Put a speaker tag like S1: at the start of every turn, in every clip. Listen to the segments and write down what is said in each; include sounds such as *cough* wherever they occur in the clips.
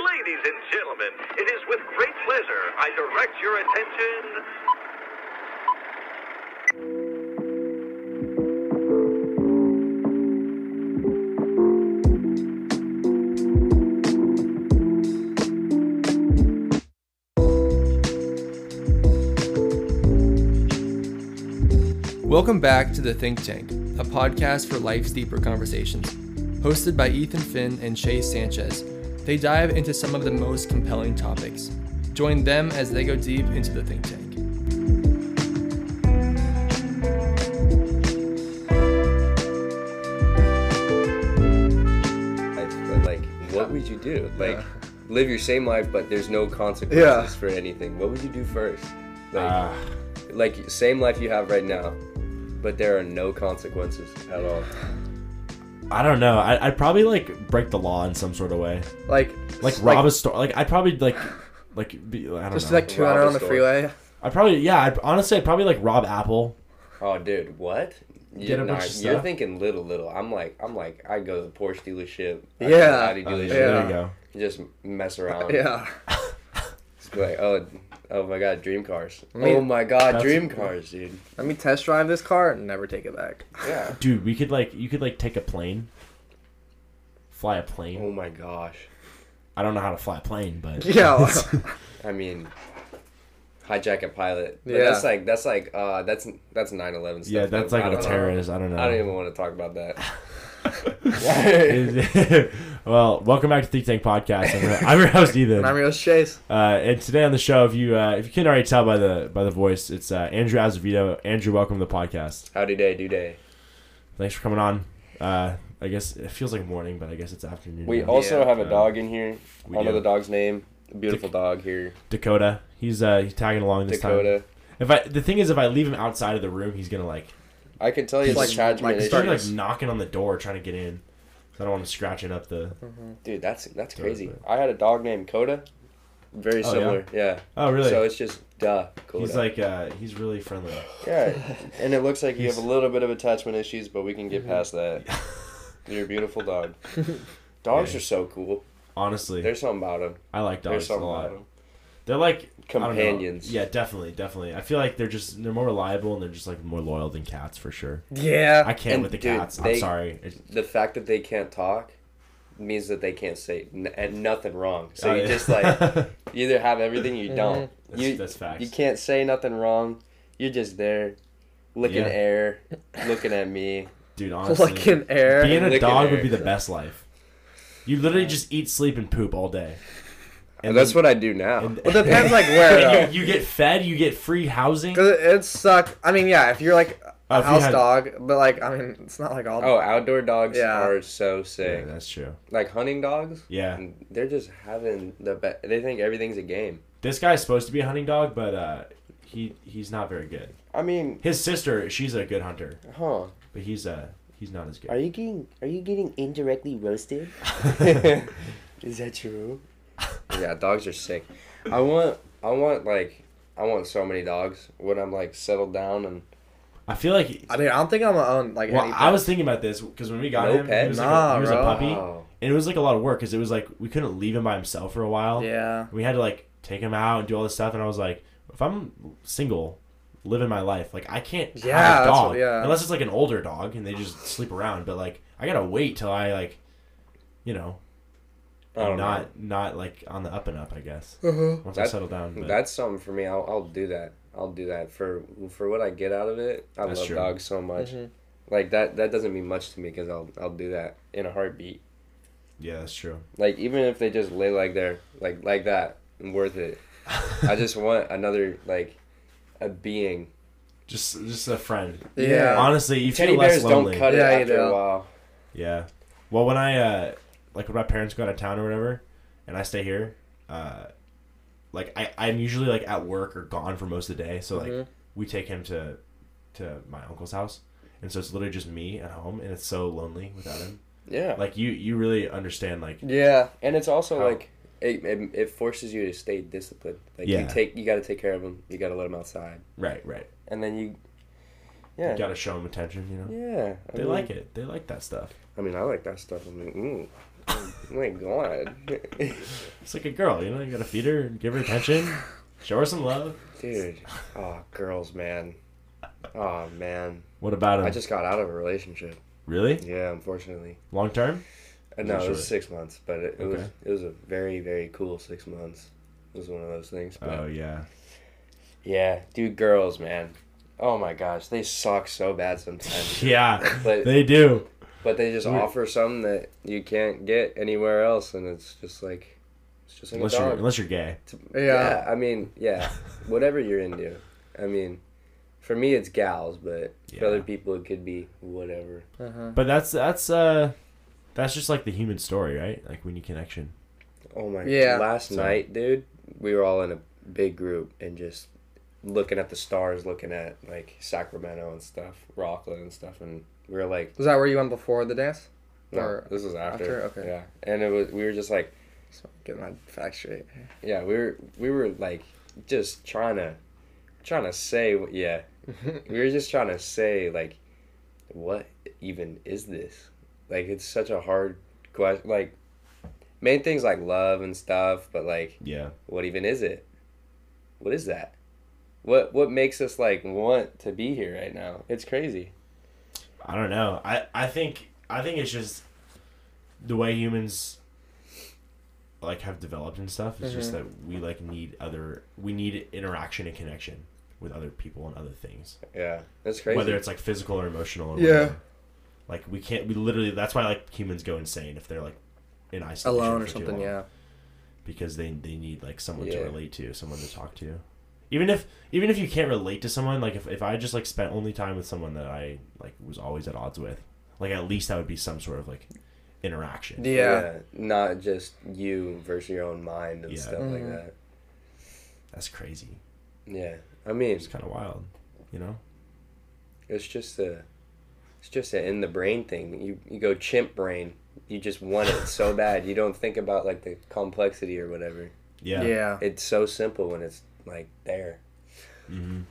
S1: Ladies and gentlemen, it is with great pleasure I direct your attention
S2: Welcome back to The Think Tank, a podcast for life's deeper conversations. Hosted by Ethan Finn and Shay Sanchez, they dive into some of the most compelling topics. Join them as they go deep into The Think Tank.
S3: life, but like, what would you do? Like,
S4: Yeah.
S3: live your same life, but there's no consequences
S4: Yeah.
S3: for anything. What would you do first? Like,
S4: Ah.
S3: like same life you have right now, but there are no consequences at all.
S4: I don't know. I, I'd probably like break the law in some sort of way,
S5: Like,
S4: like
S5: s-
S4: rob a store. Like I'd probably like, like be. I don't
S5: just
S4: know.
S5: like two
S3: rob
S5: hundred
S3: a
S5: on the
S3: store.
S5: freeway.
S4: I probably yeah. I'd, honestly, I'd probably like rob Apple.
S3: Oh, dude, what?
S4: Get
S3: You're,
S4: a bunch
S3: not,
S4: of
S3: you're
S4: stuff.
S3: thinking little, little. I'm like, I'm like, I go to the Porsche dealership. I go to
S5: Yeah.
S3: the Audi
S4: Oh, yeah,
S3: dealership.
S4: There you go.
S3: Just mess around.
S5: Yeah,
S3: Just be like, oh, oh my god, dream cars.
S5: mean,
S3: oh my god,
S4: that's-
S3: dream cars, dude.
S5: let me test drive this car and never take it back. *laughs*
S3: Yeah.
S4: Dude, we could like you could like take a plane, fly a plane.
S3: Oh my gosh.
S4: I don't know how to fly a plane,
S5: *laughs*
S4: but
S5: Yeah,
S3: I mean, hijack a pilot. But
S5: Yeah.
S3: That's like that's like uh that's that's 9/11 stuff.
S4: yeah, that's
S3: though.
S4: like
S3: I
S4: a
S3: don't know.
S4: terrorist. uh, I don't know.
S3: I don't even want to talk about
S4: *laughs*
S3: that.
S4: well, welcome back to Think Tank Podcast. I'm your, I'm your host Ethan.
S5: and *laughs* I'm real Chase.
S4: Uh, and today on the show, if you uh, if you can already tell by the by the voice, it's uh, Andrew Azevedo. Andrew, welcome to the podcast.
S3: Howdy day, do day.
S4: Thanks for coming on. Uh, I guess it feels like morning, but I guess it's afternoon.
S3: We
S4: now.
S3: also
S5: Yeah.
S3: have a
S4: Uh,
S3: dog in here. I
S4: we
S3: don't know
S4: do.
S3: the dog's name. Beautiful dog here,
S4: Dakota. He's uh, he's tagging along this time.
S3: Dakota.
S4: If I the thing is, if I leave him outside of the room, he's gonna like
S3: I could tell you
S4: He's
S3: the
S4: like-
S3: attachment
S5: like
S3: issue.
S4: start
S5: starting-
S4: like knocking on the door trying to get in. 'Cause I don't want him scratching up the.
S3: Mm-hmm. Dude, that's that's
S4: Totally.
S3: crazy. I had a dog named Coda. Very
S4: Oh,
S3: similar. Yeah.
S4: Oh really?
S3: So it's just duh. Coda.
S4: he's like uh, he's really friendly. *laughs*
S3: yeah. And it looks like you have a
S4: He's-
S3: little bit of attachment issues, but we can get past that.
S4: *laughs*
S3: You're a beautiful dog. Dogs
S4: Yeah.
S3: are so cool.
S4: Honestly,
S3: There's something about them.
S4: I like
S3: There's
S4: dogs a
S3: something about
S4: lot.
S3: 'em.
S4: They're like I don't know.
S3: Companions.
S4: Yeah, definitely, definitely. I feel like they're just they're more reliable and they're just like more loyal than cats for sure. I
S5: Yeah,
S4: can't
S3: And
S4: with the
S3: dude,
S4: cats. I'm
S3: they-
S4: sorry. It's-
S3: The fact that they can't talk means that they can't say n- and nothing wrong. So
S4: oh,
S3: you
S4: yeah.
S3: just like
S4: *laughs*
S3: you either have everything or you don't.
S4: That's-
S3: You
S4: that's facts.
S3: you can't say nothing wrong. You're just there, licking
S4: Yeah.
S3: air, looking at me. *laughs*
S4: dude. Honestly,
S5: like in air.
S4: being a
S3: Licking
S4: dog would
S3: air.
S4: be the best life. You literally just eat, sleep, and poop all day.
S3: And that's what I do now.
S4: *laughs* And,
S5: well, depends like where. *laughs*
S4: and
S5: though.
S4: you, you get fed. You get free housing.
S5: 'Cause it, it suck. I mean, yeah, if you're like a
S4: Uh, if you
S5: house
S4: had-
S5: dog, but like, I mean, it's not like all.
S3: oh, outdoor dogs
S5: Yeah.
S3: are so sick.
S4: Yeah, that's true.
S3: Like hunting dogs.
S4: Yeah,
S3: They're just having the best. They think everything's a game.
S4: this guy's supposed to be a hunting dog, but uh, he he's not very good.
S3: I mean,
S4: His sister, she's a good hunter,
S3: huh?
S4: but he's uh he's not as good.
S3: Are you getting are you getting indirectly *laughs* roasted? *laughs* Is that true? yeah, dogs are sick. I want I want like I want so many dogs when I'm like settled down and
S4: I feel like.
S5: I mean, I don't think I'm gonna own like.
S4: Well,
S5: any
S4: I was thinking about this because when we got
S3: No
S4: him,
S3: pet?
S4: he was, like
S5: Nah,
S4: a, he was a
S5: bro.
S4: puppy,
S3: Wow.
S4: and it was like a lot of work because it was like we couldn't leave him by himself for a while.
S5: Yeah.
S4: we had to like take him out and do all this stuff and i was like if i'm single living my life like i can't
S5: Yeah,
S4: have a
S5: that's
S4: dog
S5: what- yeah.
S4: unless it's like an older dog and they just sleep around but like i gotta wait till i like you know
S3: I don't
S4: i'm
S3: know.
S4: not not like on the up and up i guess once i
S3: That-
S4: settle down but
S3: That's something for me. I'll, I'll do that. I'll do that for for what I get out of it. I
S4: That's
S3: love
S4: true.
S3: dogs so much. Like that that doesn't mean much to me because I'll I'll do that in a heartbeat.
S4: yeah that's true
S3: Like even if they just lay like there like like that, worth it. I just want another like a being
S4: just just a friend
S5: Yeah.
S4: honestly you
S3: Teddy
S4: feel less
S3: bears
S4: lonely
S3: don't cut
S5: Yeah,
S3: it
S5: you
S3: after a
S5: don't.
S3: while.
S4: yeah well when i uh like when my parents go out of town or whatever and i stay here uh like I, i'm usually like at work or gone for most of the day so like
S3: Mm-hmm.
S4: we take him to to my uncle's house and so it's literally just me at home and it's so lonely without him
S3: Yeah,
S4: like you you really understand like
S5: Yeah.
S3: and it's also
S4: How-
S3: like it, it, it forces you to stay disciplined. Like
S4: Yeah.
S3: you take you got to take care of them. You got to let them outside,
S4: right right
S3: and then you,
S4: you
S3: yeah,
S4: gotta show him attention you know
S3: yeah. I
S4: they
S3: mean,
S4: like it they like that stuff
S3: I mean, I like that stuff. I mean, ooh, oh my god, *laughs*
S4: It's like a girl, you know. You gotta feed her, and give her
S3: *laughs*
S4: attention, show her some love.
S3: dude.
S4: *laughs*
S3: Oh, girls, man. Oh man,
S4: What about him?
S3: I just got out of a relationship.
S4: really
S3: Yeah, unfortunately.
S4: long term?
S3: Uh, No, it
S4: Usually.
S3: was six months, but it, it was
S4: Okay.
S3: it was a very very cool six months. It was one of those things. But
S4: Oh yeah.
S3: yeah, dude, girls, man. Oh my gosh, they suck so bad sometimes.
S4: Yeah,
S3: But-
S4: they do.
S3: but they just offer something that you can't get anywhere else, and it's just like it's just like
S4: Unless
S3: a
S4: you're
S3: dog.
S4: unless you're gay.
S5: Yeah.
S3: I mean,
S4: *laughs*
S3: yeah, whatever you're into. I mean, for me it's gals, but
S4: Yeah.
S3: for other people it could be whatever.
S4: But that's that's uh, that's just like the human story, right? Like we need connection.
S3: Oh my!
S5: Yeah.
S3: Last
S4: So-
S3: night, dude, we were all in a big group and just looking at the stars, looking at like Sacramento and stuff, Rockland and stuff, and we were like,
S5: Was that where you went before the dance?
S3: no,
S5: Or
S3: this was after,
S5: after? Okay.
S3: yeah." And it was we were just like,
S5: So get my facts straight.
S3: yeah, we were we were like just trying to trying to say,
S5: *laughs*
S3: what- yeah, we were just trying to say like, what even is this? Like, it's such a hard question. Like, main things like love and stuff, but like.
S4: Yeah.
S3: what even is it? What is that? What what makes us like want to be here right now? It's crazy.
S4: I don't know. I I think I think it's just the way humans like have developed and stuff. It's
S5: Mm-hmm.
S4: just that we like need other we need interaction and connection with other people and other things.
S3: Yeah, it's crazy.
S4: Whether it's like physical or emotional or
S5: Yeah.
S4: whatever. Like we can't we literally that's why like humans go insane if they're like in isolation
S5: Alone or
S4: for too
S5: something,
S4: long.
S5: yeah.
S4: because they they need like someone to
S3: Yeah.
S4: relate to, someone to talk to. Even if even if you can't relate to someone, like if, if I just like spent only time with someone that I like was always at odds with, like at least that would be some sort of like interaction.
S5: Yeah.
S3: not just you versus your own mind and
S4: Yeah.
S3: stuff like
S5: Mm-hmm.
S3: that.
S4: That's crazy.
S3: Yeah, I mean,
S4: It's kind of wild, you know.
S3: it's just a, it's just a in the brain thing. You you go chimp brain. You just want
S5: *laughs*
S3: it so bad. You don't think about like the complexity or whatever.
S4: Yeah.
S5: Yeah.
S3: It's so simple when it's like there.
S4: Mhm.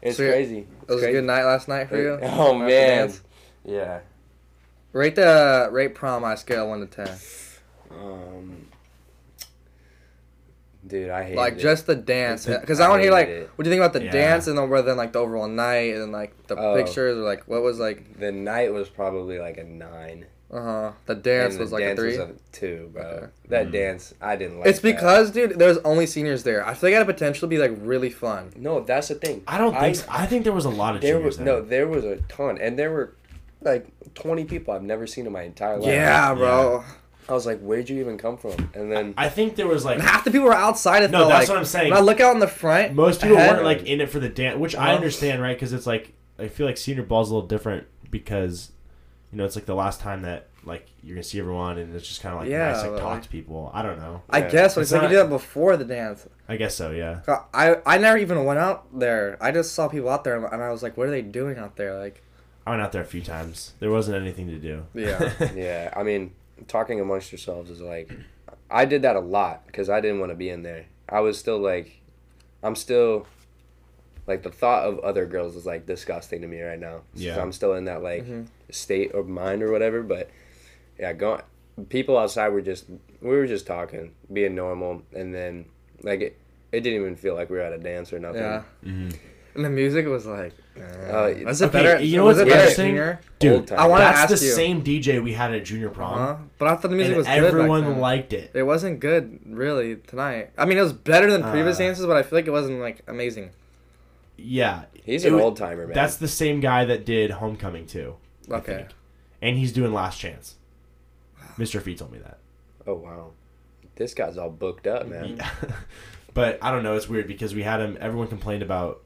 S3: It's
S5: So you're-
S3: crazy.
S5: It was a good night last night for *laughs* you.
S3: *laughs* Oh
S5: After
S3: man,
S5: dance?
S3: yeah.
S5: Rate the rate prom on a scale of one to ten.
S3: Um, dude, I hate
S5: Like
S3: it.
S5: just the dance, because
S3: I
S5: I want to hear like,
S3: hated it.
S5: what do you think about the
S4: Yeah.
S5: dance, and then whether then like the overall night, and then like the
S3: Oh.
S5: pictures, or like what was like,
S3: the night was probably like a nine.
S5: uh huh, the dance
S3: and the
S5: was like
S3: dance
S5: a three.
S3: Was a two, bro.
S5: Okay.
S3: That dance, I didn't like.
S5: it's
S3: that.
S5: because dude, there's only seniors there. I feel like it had a potential to be like really fun.
S3: no, that's the thing.
S4: I don't think
S3: I,
S4: so. I think there was a lot of
S3: there
S4: juniors
S3: was no, there was a ton, and there were like twenty people I've never seen in my entire life.
S5: Yeah, bro.
S3: I was like, where'd you even come from? And then
S4: I think there was like
S5: Half the people were outside. It
S4: No,
S5: felt
S4: that's
S5: like.
S4: what I'm saying.
S5: When I look out in the front,
S4: most people
S5: ahead-
S4: weren't like in it for the dance, which I
S5: Uh-huh.
S4: understand, right? Because it's like I feel like senior ball's a little different because you know it's like the last time that like you're gonna see everyone, and it's just kind of like
S5: Yeah,
S4: nice like
S5: but,
S4: talk
S5: like-
S4: to people. I don't know.
S5: I
S3: Yeah.
S5: guess, but
S4: It's
S5: it's like
S4: not-
S5: you do that before the dance.
S4: I guess so. Yeah.
S5: I I never even went out there. I just saw people out there, and I was like, what are they doing out there? Like,
S4: I went out there a few times. There wasn't anything to do. *laughs*
S5: Yeah.
S3: yeah, I mean, talking amongst yourselves is like, I did that a lot because I didn't want to be in there. I was still like, I'm still, like the thought of other girls is like disgusting to me right now.
S4: Yeah.
S3: So I'm still in that like state of mind or whatever. But yeah, going, people outside were just we were just talking, being normal, and then like it, it didn't even feel like we were at a dance or nothing.
S5: yeah. And the music was like,
S3: Uh,
S5: was it
S4: Okay,
S5: better?
S4: you know
S5: was
S4: what's
S5: it better at
S4: interesting?
S5: Junior?
S4: Dude,
S3: I
S5: wanna
S4: that's
S5: ask
S4: the
S5: you.
S4: same DJ we had at junior prom,
S5: Huh? But I thought the music
S4: and
S5: was
S4: everyone
S5: good. Back then.
S4: liked it.
S5: It wasn't good really tonight. I mean, it was better than previous
S4: Uh,
S5: dances, but I feel like it wasn't like amazing.
S4: Yeah,
S3: He's
S4: It
S3: an
S4: wa-
S3: old timer, man.
S4: That's the same guy that did Homecoming too,
S5: Okay.
S4: think. and he's doing Last Chance. Mr. Fee told me that.
S3: oh wow, this guy's all booked up, man.
S4: Yeah. *laughs* but I don't know. It's weird because we had him. Everyone complained about.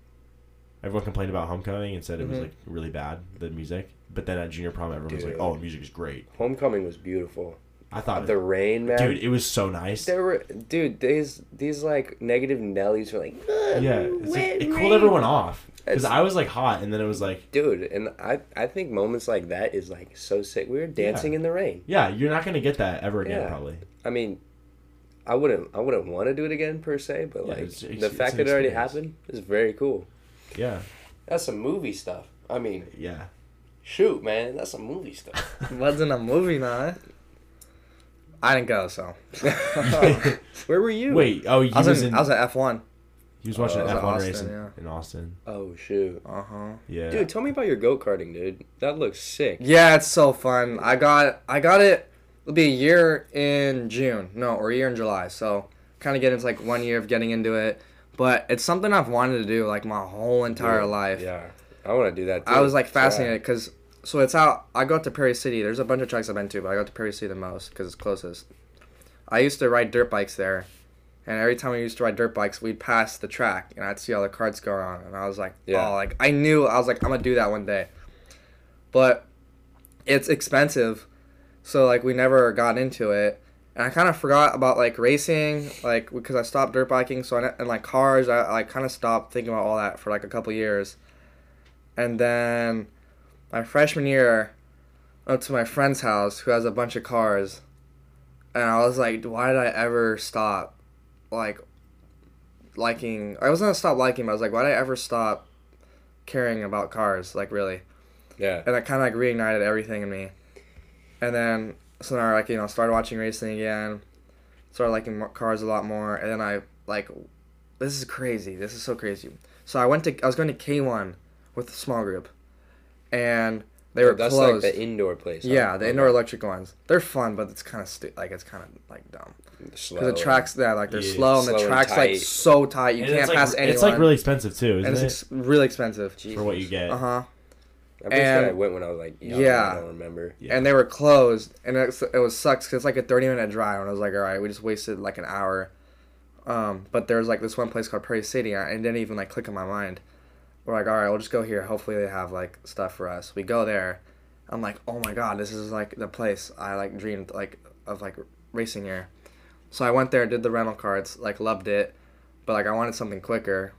S4: Everyone complained about Homecoming and said it was like really bad the music. But then at junior prom, everyone was like,
S3: Mm-hmm. Dude.
S4: "Oh, the music is great."
S3: Homecoming was beautiful.
S4: I thought,
S3: The rain, man.
S4: dude, it was so nice.
S3: There were, dude. These these like negative Nellies were like, "Ugh,
S4: Yeah, it's like,
S3: wet
S4: it
S3: rain."
S4: cooled everyone off because
S3: It's-
S4: I was like hot, and then it was like,
S3: Dude, and I I think moments like that is like so sick. We were dancing in the rain.
S4: yeah, you're not gonna get that ever again,
S3: Yeah.
S4: probably.
S3: I mean, I wouldn't I wouldn't want to do it again per se, but
S4: Yeah,
S3: like
S4: it's- it's-
S3: the
S4: it's
S3: fact
S4: an
S3: that it already
S4: experience.
S3: happened is very cool.
S4: Yeah,
S3: That's some movie stuff. I mean,
S4: yeah.
S5: *laughs*
S3: shoot, man, that's some movie stuff.
S5: Wasn't a movie night. I didn't go,
S4: *laughs*
S5: so *laughs*
S3: Where were you?
S4: Wait, oh, he
S5: I was,
S4: was,
S5: in,
S4: in,
S5: I was at F one.
S4: he was watching
S3: I
S4: an
S3: was
S5: in
S4: F one
S5: Austin,
S4: race in,
S5: yeah.
S4: in Austin.
S3: Oh shoot.
S5: Uh huh.
S4: Yeah,
S3: Dude, tell me about your go karting, dude. That looks sick.
S5: Yeah, it's so fun. I got I got it. It'll be a year in June, no, or a year in July. So kind of getting it's like one year of getting into it, but it's something I've wanted to do like my whole entire life.
S3: Yeah. I want to do that. Too.
S5: I was like
S3: Yeah.
S5: fascinated because so it's out. I go up to Prairie City. There's a bunch of tracks I've been to, but I go to Prairie City the most because it's closest. I used to ride dirt bikes there, and every time we used to ride dirt bikes, we'd pass the track and I'd see all the carts going on, and I was like,
S3: Yeah.
S5: oh, like I knew I was like I'm gonna do that one day, but it's expensive, so like we never got into it. And I kind of forgot about like racing, like because I stopped dirt biking, so I, ne- and like cars, I, I kind of stopped thinking about all that for like a couple years. And then my freshman year, up to my friend's house who has a bunch of cars, and I was like, why did I ever stop, like, liking? I was gonna stop liking, but I was like, why did I ever stop caring about cars? Like really,
S3: Yeah.
S5: and that kind of like reignited everything in me. And then so now I like you know started watching racing again, started liking mo- cars a lot more, and then I like, this is crazy. This is so crazy. So I went to I was going to K one with a small group, and they were
S3: That's
S5: closed.
S3: like the indoor place. huh?
S5: yeah, the indoor
S3: Okay.
S5: electric ones. They're fun, but it's kind of stu- like it's kind of like dumb
S3: Slow.
S5: because the tracks yeah like they're
S4: Yeah.
S5: slow and
S3: Slow
S5: the
S3: and
S5: tracks like
S3: tight.
S5: so tight you
S4: And
S5: can't
S4: it's like,
S5: pass anyone.
S4: It's like really expensive too,
S5: and
S4: isn't
S5: it's ex-
S4: it?
S5: really expensive.
S4: For what you get.
S5: Uh
S3: Uh-huh.
S5: huh.
S3: I'm pretty sure I
S5: and-
S3: went when I was like, young,
S5: Yeah.
S3: I don't remember.
S4: Yeah.
S5: and they were closed, and it, it was sucks because it's like a thirty minute drive, and I was like, all right, we just wasted like an hour. Um, but there was like this one place called Prairie City, and it didn't even like click in my mind. We're like, all right, we'll just go here. Hopefully, they have like stuff for us. We go there. I'm like, oh my god, this is like the place I like dreamed like of like racing here. So I went there, did the rental carts, like loved it, but like I wanted something quicker.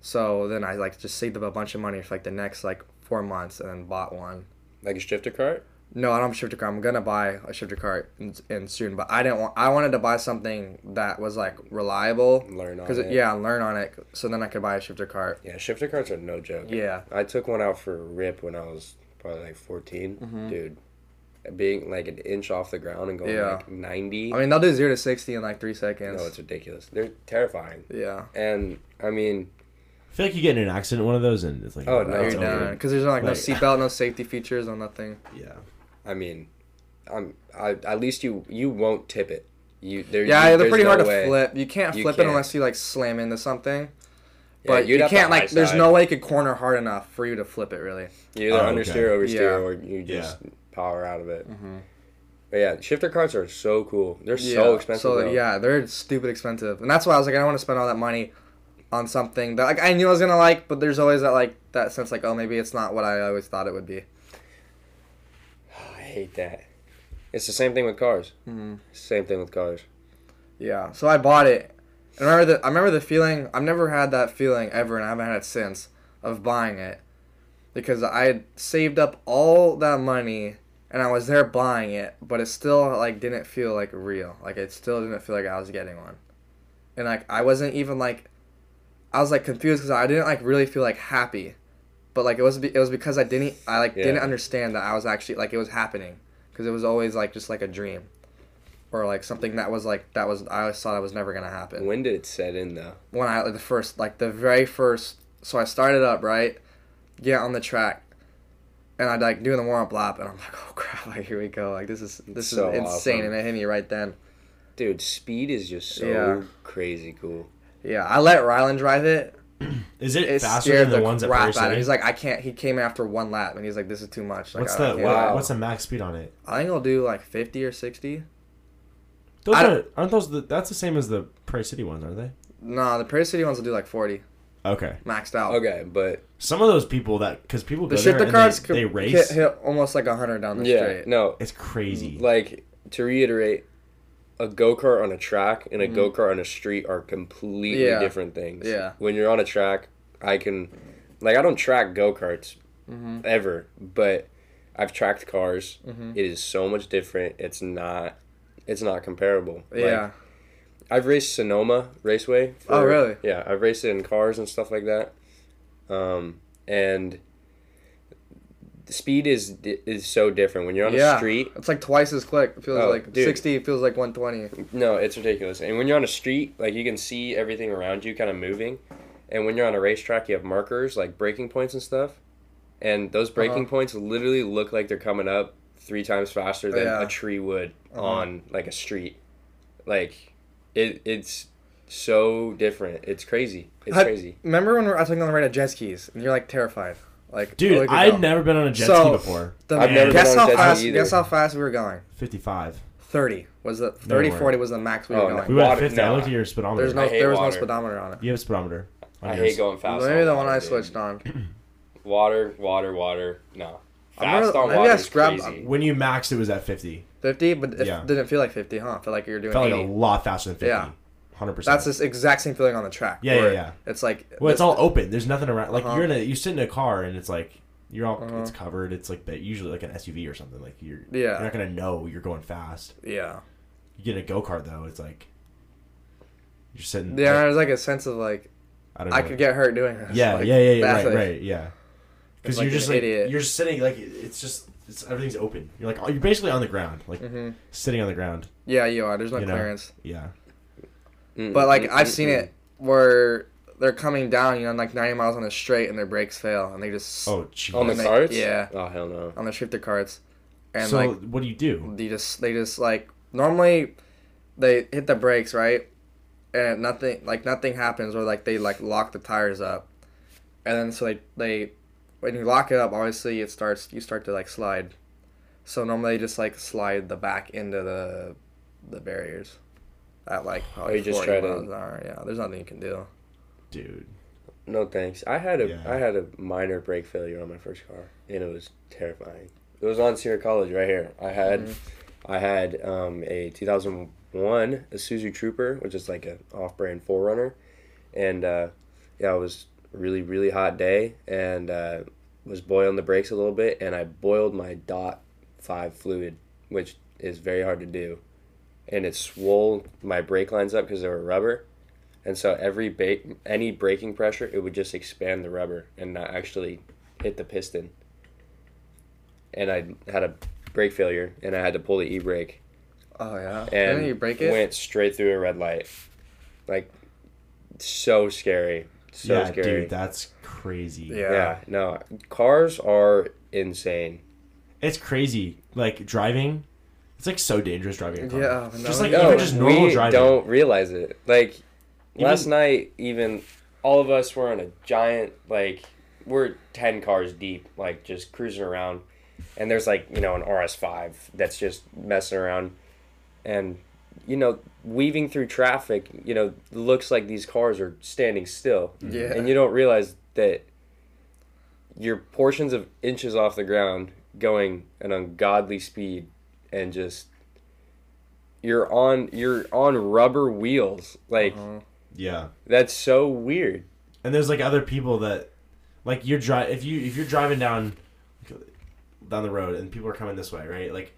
S5: So then I like just saved up a bunch of money for like the next like four months, and then bought one.
S3: Like a shifter cart?
S5: No, I don't have a shifter cart. I'm gonna buy a shifter cart in, in soon, but I didn't want. I wanted to buy something that was like reliable.
S3: Learn on
S5: Cause it-
S3: it.
S5: yeah, learn on it. So then I could buy a shifter cart.
S3: Yeah, shifter carts are no joke.
S5: Yeah.
S3: I took one out for a rip when I was probably like 14.
S5: Mm-hmm.
S3: Dude, being like an inch off the ground and going
S5: Yeah.
S3: like 90.
S5: I mean, they'll do zero to sixty in like three seconds.
S3: no, it's ridiculous. They're terrifying.
S5: yeah,
S3: And I mean,
S4: I feel like you get in an accident in one of those and it's like
S3: Oh, no,
S5: you're
S4: it's
S3: it's
S5: done.
S4: over.
S5: Cause there's like no
S4: Like-
S5: seatbelt, no safety features, no nothing.
S4: Yeah.
S3: I mean, I'm I at least you you won't tip it. You there.
S5: Yeah,
S3: you-
S5: they're
S3: there's
S5: pretty
S3: no
S5: hard to
S3: way.
S5: flip. You can't
S3: You
S5: flip it
S3: can't.
S5: unless you like slam into something.
S3: Yeah,
S5: But
S3: you'd
S5: you
S3: have the
S5: can't
S3: high
S5: like. There's
S3: side.
S5: no way you could corner hard enough for you to flip it really.
S3: You either
S4: Oh, okay.
S3: understeer, oversteer,
S5: Yeah. Mm-hmm.
S3: or you just power out of it. But yeah, shifter carts are so cool. They're so
S5: Yeah,
S3: expensive.
S5: So
S3: though.
S5: yeah, they're stupid expensive, and that's why I was like, I don't want to spend all that money on something that like I knew I was gonna like, but there's always that like that sense like, oh, maybe it's not what I always thought it would be.
S3: I hate that. It's the same thing with cars.
S5: Mm-hmm.
S3: Same thing with cars.
S5: Yeah. So I bought it. And I remember the I remember the feeling. I've never had that feeling ever, and I haven't had it since of buying it because I had saved up all that money and I was there buying it, but it still like didn't feel like real. Like it still didn't feel like I was getting one. And like I wasn't even like I was like confused cuz I didn't like really feel like happy. But like it was be- it was because I didn't I like
S3: Yeah.
S5: didn't understand that I was actually like it was happening cuz it was always like just like a dream or like something that was like that was I always thought that was never going to happen
S3: When did it set in though?
S5: when I like the first like the very first so I started up right get on the track and I'd like doing the warm up lap and I'm like oh crap like here we go like this is this
S3: so
S5: is insane
S3: awesome.
S5: and it hit me right then
S3: Dude, speed is just so
S5: Yeah.
S3: crazy cool.
S5: yeah I let Rylan drive it
S4: Is it,
S5: it
S4: faster
S5: scared
S4: than
S5: the,
S4: the, ones at
S5: crap
S4: Prairie
S5: out of
S4: City?
S5: him he's like I can't he came after one lap and he's like this is too much like, I,
S4: what's the
S5: I,
S4: what-
S5: can't.
S3: Wow.
S4: what's the max speed on it?
S5: I think I'll do like 50 or 60
S4: Those
S5: I don't-
S4: are, aren't those the, that's the same as the Prairie City ones, aren't they?
S5: no the Prairie City ones will do like 40
S4: Okay.
S5: maxed out
S3: Okay, but
S4: Some of those people that because people
S5: the
S4: go
S5: shifter
S4: there
S5: cards
S4: and they, they
S5: could
S4: race.
S5: hit, hit almost like 100 down the
S3: yeah,
S5: straight
S3: no,
S4: It's crazy.
S3: like to reiterate, a go kart on a track and a go kart on a street are completely
S5: Mm-hmm. Yeah.
S3: different things.
S5: Yeah.
S3: When you're on a track, I can, like, I don't track go karts
S5: Mm-hmm.
S3: ever, but I've tracked cars. It is so much different. It's not, it's not comparable. Like,
S5: yeah
S3: I've raced Sonoma Raceway.
S5: Oh, really?
S3: Yeah, I've raced it in cars and stuff like that. Um, and speed is di- is so different when you're on
S5: yeah,
S3: a street.
S5: it's like twice as quick. It feels
S3: Oh,
S5: like
S3: dude.
S5: sixty. It feels like one twenty.
S3: No, it's ridiculous. And when you're on a street, like you can see everything around you kind of moving. And when you're on a racetrack, you have markers like breaking points and stuff. And those breaking
S5: Uh-huh.
S3: points literally look like they're coming up three times faster than
S5: Yeah.
S3: a tree would
S5: Uh-huh.
S3: on like a street. Like it it's so different. It's crazy. It's
S5: I-
S3: crazy.
S5: Remember when we were, I took you on the ride of jet skis and you're like terrified, like a
S4: Dude,
S5: week
S4: I'd
S5: ago.
S4: never been on a jet
S5: So,
S4: ski before.
S5: The,
S3: I've never
S5: guess
S3: been on
S5: how
S3: a jet ski
S5: fast?
S3: either.
S5: Guess how fast we were going.
S4: 55.
S5: 30 was the 30
S4: way.
S5: 40 was the max we were
S3: Oh, no.
S5: going.
S4: We went
S3: Water-
S4: 50. I
S3: no.
S4: looked at your speedometer.
S5: There's no
S3: I hate
S5: there was
S3: water.
S5: no speedometer on it.
S4: You have a speedometer. on
S3: I
S4: yours.
S3: hate going fast.
S5: Maybe
S3: on
S5: the one
S3: water,
S5: I
S3: dude.
S5: switched on.
S3: Water, water, water. No.
S5: I remember-
S3: Fast on
S5: maybe I
S3: water is
S5: scrubbed-
S3: crazy.
S4: When you maxed, it was at 50.
S5: 50, but it
S4: Yeah.
S5: didn't feel like 50, huh? Felt like you were doing
S4: Felt
S5: 80.
S4: like a lot faster than 50.
S5: Yeah.
S4: 100%.
S5: That's this exact same feeling on the track.
S4: Yeah, yeah,
S5: where
S4: yeah.
S5: It's like
S4: Well, it's
S5: this-
S4: all open. There's nothing around. Like
S5: Uh-huh.
S4: you're in a, you sit in a car and it's like you're all,
S5: Uh-huh.
S4: it's covered. It's like but usually like an SUV or something. Like you're,
S5: Yeah.
S4: you're not gonna know you're going fast.
S5: yeah.
S4: You get in a go kart though. It's like you're sitting.
S5: Yeah, there's like a sense of like
S4: I don't know.
S5: I could get hurt doing this.
S4: Yeah,
S5: like,
S4: yeah, yeah, yeah.
S5: that's
S4: Right,
S5: like-
S4: right, yeah. Because
S5: like
S4: you're just
S5: an
S4: like
S5: idiot.
S4: you're just sitting like it's just it's everything's open. You're like you're basically on the ground, like
S5: Mm-hmm.
S4: sitting on the ground.
S5: Yeah, you are. There's no
S4: You know?
S5: clearance.
S4: Yeah.
S3: Mm,
S5: But like
S3: mm,
S5: I've
S3: mm,
S5: seen
S3: mm.
S5: it where they're coming down, you know, like 90 miles on a straight and their brakes fail and they just
S4: Oh, jeez.
S3: on the
S5: and they-
S3: carts.
S5: yeah.
S3: Oh hell no.
S5: on the shifter carts and
S4: so
S5: like
S4: what do you do?
S5: they just they just like normally they hit the brakes right and nothing like nothing happens or like they like lock the tires up and then so they they when you lock it up obviously it starts you start to like slide so normally they just like slide the back into the the barriers at like probably
S3: you just
S5: 40
S3: try to-
S5: miles an hour yeah there's nothing you can do
S4: Dude.
S3: No thanks. I had a I
S4: Yeah.
S3: had a minor brake failure on my first car, and it was terrifying. It was on Sierra College right here. I had I had um, a 2001 Isuzu Trooper, which is like an off-brand Forerunner, and uh, yeah, it was a really really hot day, and uh, was boiling the brakes a little bit, and I boiled my dot five fluid, which is very hard to do, and it swole my brake lines up because they were rubber and so every ba- any braking pressure it would just expand the rubber and not actually hit the piston and i had a brake failure and i had to pull the e-brake
S5: oh yeah
S3: and
S5: didn't you break it
S3: went straight through a red light like so scary so
S4: yeah,
S3: scary
S4: dude, that's crazy.
S5: yeah,
S3: yeah no cars are insane
S4: It's crazy. Like driving, it's like so dangerous driving a car.
S5: Yeah,
S4: Just
S5: no,
S4: like
S5: no,
S4: even just normal
S3: we
S4: driving.
S3: don't realize it. Like
S4: Even-
S3: last night, even all of us were in a giant like we're ten cars deep, like just cruising around, and there's like you know an RS five that's just messing around, and you know weaving through traffic, you know looks like these cars are standing still,
S5: Yeah.
S3: and you don't realize that you're portions of inches off the ground going an ungodly speed and just you're on you're on rubber wheels like
S5: Uh-huh.
S4: Yeah.
S3: that's so weird
S4: and there's like other people that like you're dri if you if you're driving down down the road and people are coming this way right like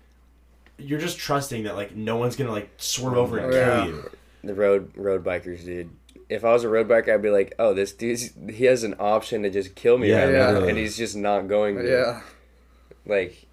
S4: you're just trusting that like no one's gonna like swerve over and
S5: Yeah.
S4: kill you
S3: the road road bikers dude if i was a road biker i'd be like oh this dude's he has an option to just kill me
S4: Yeah,
S3: right now
S4: literally.
S3: and he's just not going to
S5: yeah
S3: like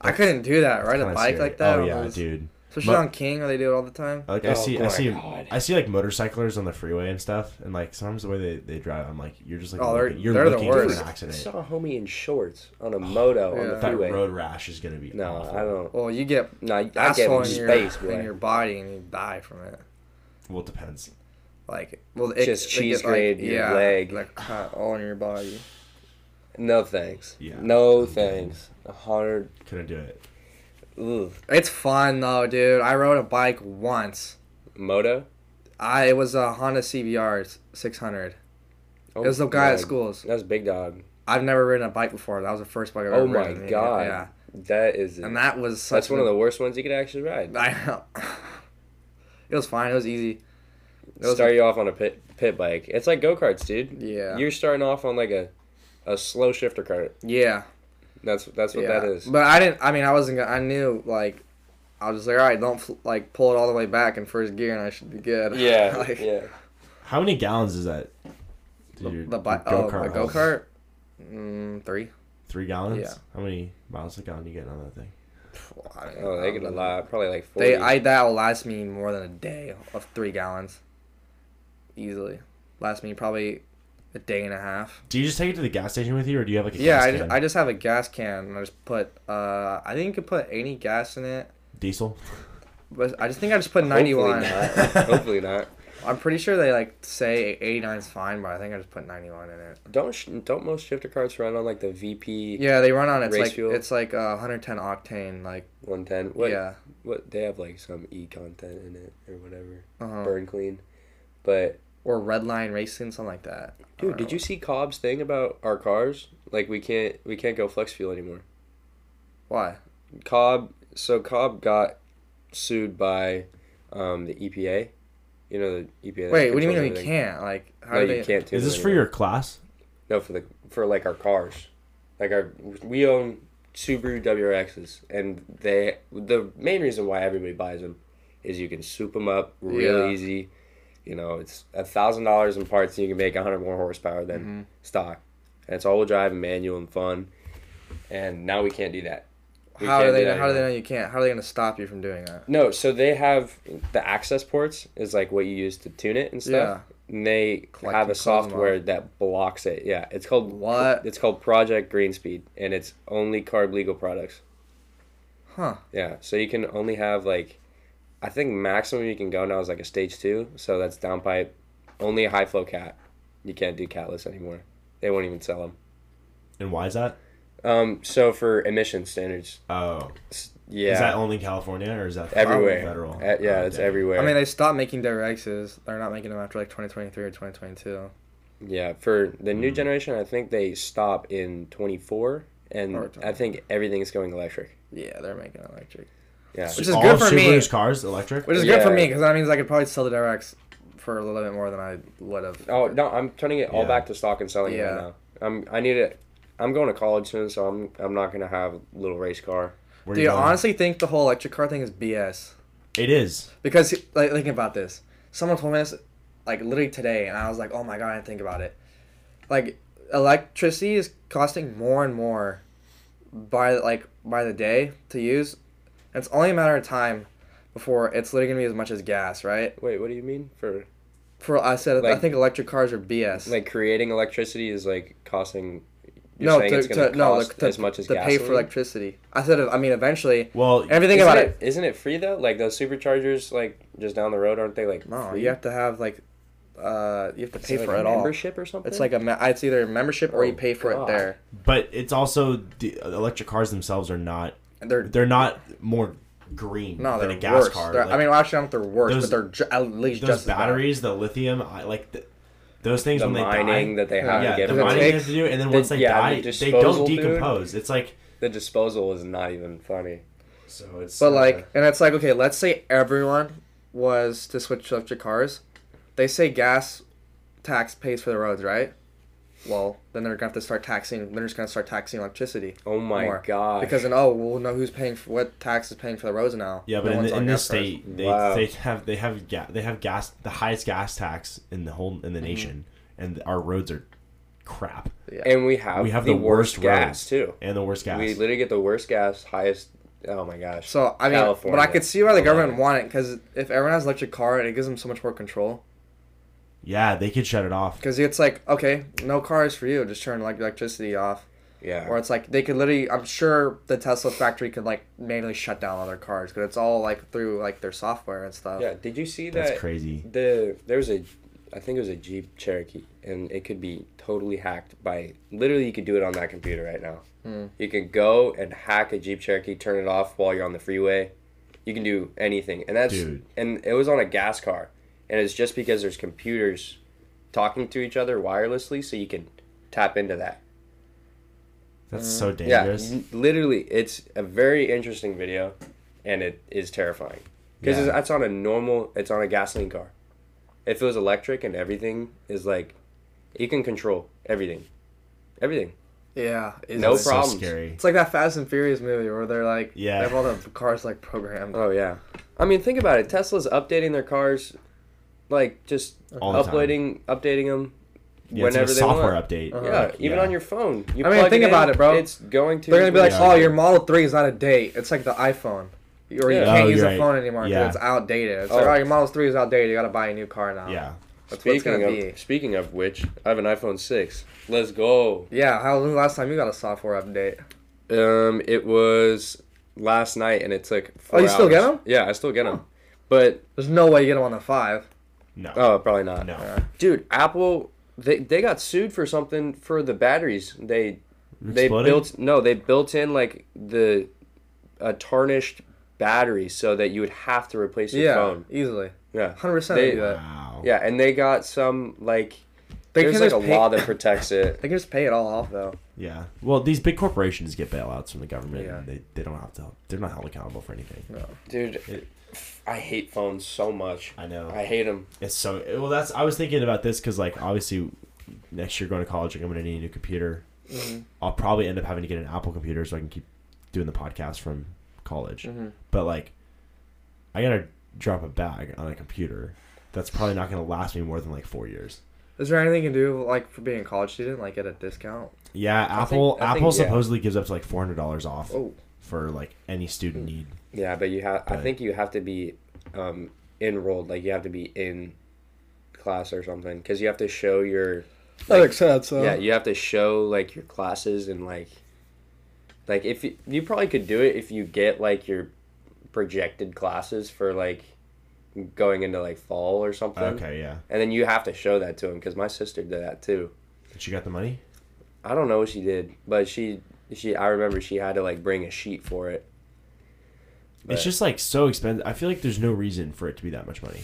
S5: i couldn't do that ride a
S4: Kinda
S5: bike
S4: scary.
S5: like that
S4: oh
S5: on
S4: yeah
S5: those-
S4: dude
S5: especially
S4: Mo-
S5: on king where they do it all the time
S4: like
S3: Oh,
S4: i see
S3: my
S4: i see
S3: God.
S4: i see like motorcyclers on the freeway and stuff and like sometimes the way they, they drive i'm like you're just like
S5: Oh, they're-
S4: looking, you're
S5: they're the
S4: looking
S5: worst.
S4: for an
S3: i
S4: accident
S3: saw a homie in shorts on a moto on
S5: Yeah.
S3: the
S4: that
S3: freeway
S4: road rash is gonna be
S3: no
S4: awful.
S3: i don't
S5: well you get
S3: no i, I get
S5: asshole
S3: in
S5: in your,
S3: space
S5: in
S3: boy.
S5: your body and you die from it.
S4: well it depends
S5: Like, well, it
S3: Just
S5: it
S3: cheese
S5: get, like,
S3: grade your
S5: yeah,
S3: leg.
S5: like cut all in your body.
S3: no thanks
S4: Yeah.
S3: no thanks a hundred
S4: couldn't do it
S3: ugh.
S5: It's fun though, dude. I rode a bike once.
S3: moto
S5: I it was a Honda CBR 600. It was the guy at school's.
S3: That's big dog.
S5: I've never ridden a bike before. That was the first bike I ever
S3: Oh my
S5: ridden. Yeah,
S3: god.
S5: Yeah,
S3: That is
S5: and that was such
S3: that's one of the worst ones you could actually
S5: *laughs*
S3: ride.
S5: I know. it was fine. It was easy. It was
S3: Start you off on a pit pit bike. It's like go karts, dude.
S5: Yeah.
S3: You're starting off on like a, a slow shifter cart.
S5: yeah.
S3: That's that's what
S5: Yeah,
S3: that is.
S5: But I didn't. I mean, I wasn't. gonna I knew like I was just like, all right, don't fl- like pull it all the way back in first gear, and I should be good.
S3: Yeah.
S5: *laughs* like,
S3: yeah.
S4: how many gallons is that Dude,
S5: The, bi-
S4: your
S5: oh,
S4: go-kart
S5: my
S4: hauls?
S5: go kart. Mm, three.
S4: Three gallons.
S5: Yeah.
S4: How many miles a gallon you get on that thing?
S5: Pff, I don't
S3: Oh, they
S5: know.
S3: get a lot. Probably like forty.
S5: um, They I that'll last me more than a day of three gallons. Easily, last me probably a day and a half.
S4: Do you just take it to the gas station with you, or do you have like a
S5: yeah,
S4: gas
S5: I,
S4: can?
S5: ju- I just have a gas can and I just put uh I think you could put any gas in it,
S4: diesel?
S5: but I just think I just put ninety
S3: Hopefully
S5: one.
S3: not.
S5: *laughs*
S3: Hopefully not.
S5: I'm pretty sure they like say eighty nine's fine, but I think I just put ninety one in it.
S3: Don't sh- don't most shifter carts run on like the VP
S5: Yeah, they run on it's
S3: Race
S5: like
S3: fuel?
S5: it's like uh, 110 octane like
S3: 110? What,
S5: yeah.
S3: What they have like some e content in it or whatever.
S5: Uh-huh.
S3: Burn clean. But
S5: or red line racing something like that. I
S3: dude,
S5: don't
S3: did
S5: know.
S3: you see Cobb's thing about our cars? Like we can't we can't go flex fuel anymore.
S5: Why?
S3: Cobb. So Cobb got sued by um, the EPA. You know the EPA. that
S5: Wait, what do you mean
S3: controls
S5: we
S3: everything.
S5: can't? Like how
S3: No,
S5: do
S3: you
S5: they
S3: can't. do
S4: Is
S3: that
S4: this for
S3: anymore.
S4: your class?
S3: No, for the for like our cars, like our we own Subaru WRXs, and they the main reason why everybody buys them is you can soup them up real
S5: Yeah.
S3: easy. You know, it's a thousand dollars in parts, and you can make hundred more horsepower than
S5: Mm-hmm.
S3: stock, and it's all wheel drive and manual and fun. And now we can't do that. We
S5: How do
S3: can't
S5: they
S3: that
S5: how do they
S3: anymore.
S5: know you can't? How are they going to stop you from doing that?
S3: No, so they have the access ports is like what you use to tune it and stuff. And they
S5: Like
S3: have
S5: to
S3: a
S5: close 'em off.
S3: software that blocks it. Yeah, it's called
S5: What?
S3: It's called Project Greenspeed, and it's only carb legal products.
S5: Huh.
S3: Yeah, so you can only have like, I think maximum you can go now is like a stage two. So that's downpipe, only a high flow cat. You can't do catless anymore. They won't even sell them.
S4: And why is that?
S3: Um, so for emission standards,
S4: Oh,
S3: s- yeah,
S4: is that only California or is that
S3: everywhere.
S4: Federal. Oh,
S3: Eh,
S5: E,
S3: yeah, it's
S4: Okay.
S3: everywhere.
S5: I mean, they stopped making X's. They're not making them after like 2023 or 2022.
S3: Yeah, for the
S5: Mm.
S3: new generation, I think they stop in 24, and
S5: Hard time.
S3: I think everything's going electric.
S5: Yeah, they're making electric,
S3: Yeah,
S5: Which is
S4: All
S5: good for me.
S4: Subaru's cars electric.
S5: which is good for
S3: Yeah.
S5: me because that means I could probably sell the X for a little bit more than I would have.
S3: oh no, I'm turning it all
S4: Yeah.
S3: back to stock and selling it
S5: Yeah.
S3: right now. I'm I need it. I'm going to college soon, so I'm I'm not gonna have a little race car.
S4: Where
S5: Dude,
S4: you
S5: I
S4: going?
S5: honestly think the whole electric car thing is BS.
S4: it is.
S5: Because like thinking about this, someone told me this like literally today, and I was like, oh my god, I didn't think about it. Like electricity is costing more and more by like by the day to use. It's only a matter of time before it's literally gonna be as much as gas, right?
S3: Wait, what do you mean for
S5: For I said I
S3: Like-
S5: think electric cars are BS.
S3: like creating electricity is like costing? You're
S5: no,
S3: saying
S5: to,
S3: it's gonna
S5: to, no,
S3: cost
S5: like, to,
S3: as much as
S5: to pay
S3: gasoline?
S5: for electricity. I said, I mean, eventually.
S4: Well,
S5: Everything
S3: Isn't
S5: about
S3: it,
S5: it.
S3: isn't it free though? Like those superchargers, like just down the road, aren't they like
S5: No,
S3: free?
S5: you have to have like, uh, you have to
S3: Is
S5: pay
S3: it, like,
S5: for
S3: a
S5: it all.
S3: Membership or something?
S5: It's like a, me- it's either a membership or
S3: Oh,
S5: you pay for it
S3: God.
S5: there.
S4: but it's also the electric cars themselves are not.
S5: And they're
S4: They're not more green
S5: No, they're
S4: than a gas
S5: worse.
S4: car.
S5: They're- I
S4: Like,
S5: mean, well, actually, I don't think they're worse,
S4: Those-
S5: but they're ju- at least
S4: those
S5: just as bad.
S4: batteries, the lithium, I like th those things
S3: the
S4: when they
S3: mining
S4: die.
S3: that they
S5: Yeah,
S3: have
S4: yeah,
S3: to get
S4: the
S5: rid of
S3: away.
S4: mining
S5: it.
S4: they have to do, and then once they
S3: yeah,
S4: die,
S3: the
S4: they don't
S3: disposal, dude.
S4: decompose. It's like
S3: The disposal is not even funny.
S4: so. It's
S5: But
S4: uh,
S5: like, and it's like, okay, let's say everyone was to switch to electric cars. They say gas tax pays for the roads, right? Well, then they're gonna have to start taxing. They're just gonna start taxing electricity.
S3: Oh my
S5: more.
S3: god!
S5: Because then, oh, we'll know who's paying for what tax is paying for the roads now.
S4: yeah,
S5: No
S4: but in,
S5: one's
S4: the,
S5: on
S4: in
S5: gas
S4: this
S5: cars.
S4: state, they,
S3: Wow.
S4: they have they have ga- they have gas the highest gas tax in the whole
S3: Mm-hmm.
S4: in the nation, and our roads are crap.
S3: and we have
S4: We have
S3: the,
S4: the,
S3: worst,
S4: roads
S3: gas too.
S4: and the worst gas.
S3: We literally get the worst gas, highest. Oh my gosh!
S5: So I mean,
S3: California.
S5: but I could see why the
S3: I love
S5: government
S3: it.
S5: would want it because if everyone has electric car, it gives them so much more control.
S4: yeah, they could shut it off.
S5: Because it's like, okay, no cars for you. Just turn like electricity off.
S3: yeah,
S5: Or it's like they could literally. I'm sure the Tesla factory could like manually shut down all their cars because it's all like through like their software and stuff.
S3: yeah. Did you see that?
S4: That's crazy.
S3: The there was a, I think it was a Jeep Cherokee, and it could be totally hacked by. Literally, you could do it on that computer right now.
S5: Hmm.
S3: You could go and hack a Jeep Cherokee, turn it off while you're on the freeway. You can do anything, and that's
S4: Dude.
S3: and it was on a gas car, and it's just because there's computers talking to each other wirelessly, so you can tap into that.
S4: That's so
S3: Mm-hmm. Yeah,
S4: dangerous.
S3: n- literally, it's a very interesting video, and it is terrifying because
S4: Yeah.
S3: it's that's on a normal, it's on a gasoline car. If it was electric and everything is like, you can control everything, everything,
S5: Yeah. it's-
S3: no
S4: That's so
S3: problems.
S4: scary.
S5: It's like that Fast and Furious movie where they're like,
S4: Yeah.
S5: they have all the cars like programmed.
S3: Oh yeah, I mean, think about it. Tesla's updating their cars, like just
S4: All the time.
S3: uploading, updating them
S4: Yeah, it's like
S3: whenever
S4: a
S3: they want.
S4: software update.
S3: Yeah,
S4: Like,
S3: even
S4: yeah.
S3: on your phone. You
S5: I mean,
S3: plug
S5: think
S3: in,
S5: about it, bro.
S3: It's going to.
S5: They're gonna be like,
S4: Yeah.
S5: "Oh, your Model Three is out of date. It's like the iPhone, or you
S3: Yeah.
S5: can't
S4: Oh,
S5: use
S4: you're
S5: a
S4: right.
S5: phone anymore because
S4: Yeah.
S5: it's outdated." It's
S3: Oh.
S5: like, "Oh, your Model Three is outdated. You gotta buy a new car now."
S4: Yeah.
S5: that's what it's
S3: speaking
S5: gonna
S3: of
S5: be.
S3: speaking of which, I have an iPhone six. Let's go.
S5: Yeah, how when was the last time you got a software update?
S3: Um, it was last night, and it took.
S5: Oh,
S3: Four
S5: you still get
S3: hours.
S5: 'em?
S3: Yeah, I still get them, but
S5: There's no way you get them on the five.
S4: No.
S3: oh, probably not.
S4: no.
S3: dude, Apple. They, they got sued for something for the batteries. They they
S4: Exploded?
S3: built no, they built in like the a tarnished battery so that you would have to replace your
S5: yeah,
S3: phone.
S5: easily,
S3: Yeah.
S5: hundred percent.
S3: They-
S5: They do that.
S4: Wow.
S3: Yeah, and they got some like
S5: They
S3: there's
S5: can
S3: like
S5: just
S3: a
S5: pay-
S3: law that protects it.
S5: They can just pay it all off though.
S4: Yeah. Well, these big corporations get bailouts from the government.
S5: Yeah.
S4: And they, they don't have to. They're not held accountable for anything.
S3: Dude,
S4: It-
S3: I hate phones so much.
S4: I know.
S3: I hate them.
S4: It's so well. That's I was thinking about this because like obviously next year going to college, I'm going to need a new computer.
S3: Mm-hmm.
S4: I'll probably end up having to get an Apple computer so I can keep doing the podcast from college.
S3: Mm-hmm.
S4: But like, I got to drop a bag on a computer. That's probably not going to last me more than like four years.
S5: Is there anything you can do like for being a college student, like get a discount?
S4: Yeah,
S3: think- I
S4: Apple.
S3: think-
S4: Apple
S3: yeah.
S4: supposedly gives up to like four hundred dollars off
S5: Oh.
S4: for like any
S3: Mm.
S4: student need.
S3: Yeah, but you have I
S4: But-
S3: think you have to be um enrolled, like you have to be in class or something cuz you have to show your
S5: That makes sense.
S3: Yeah, you have to show like your classes and like, like if you, you probably could do it if you get like your projected classes for like going into like fall or something.
S4: Okay, yeah.
S3: And then you have to show that to him because my sister did that too.
S4: But you got the money.
S3: I don't know what she did, but she she I remember she had to like bring a sheet for it.
S4: It's
S3: But-
S4: just like so expensive. I feel like there's no reason for it to be that much money.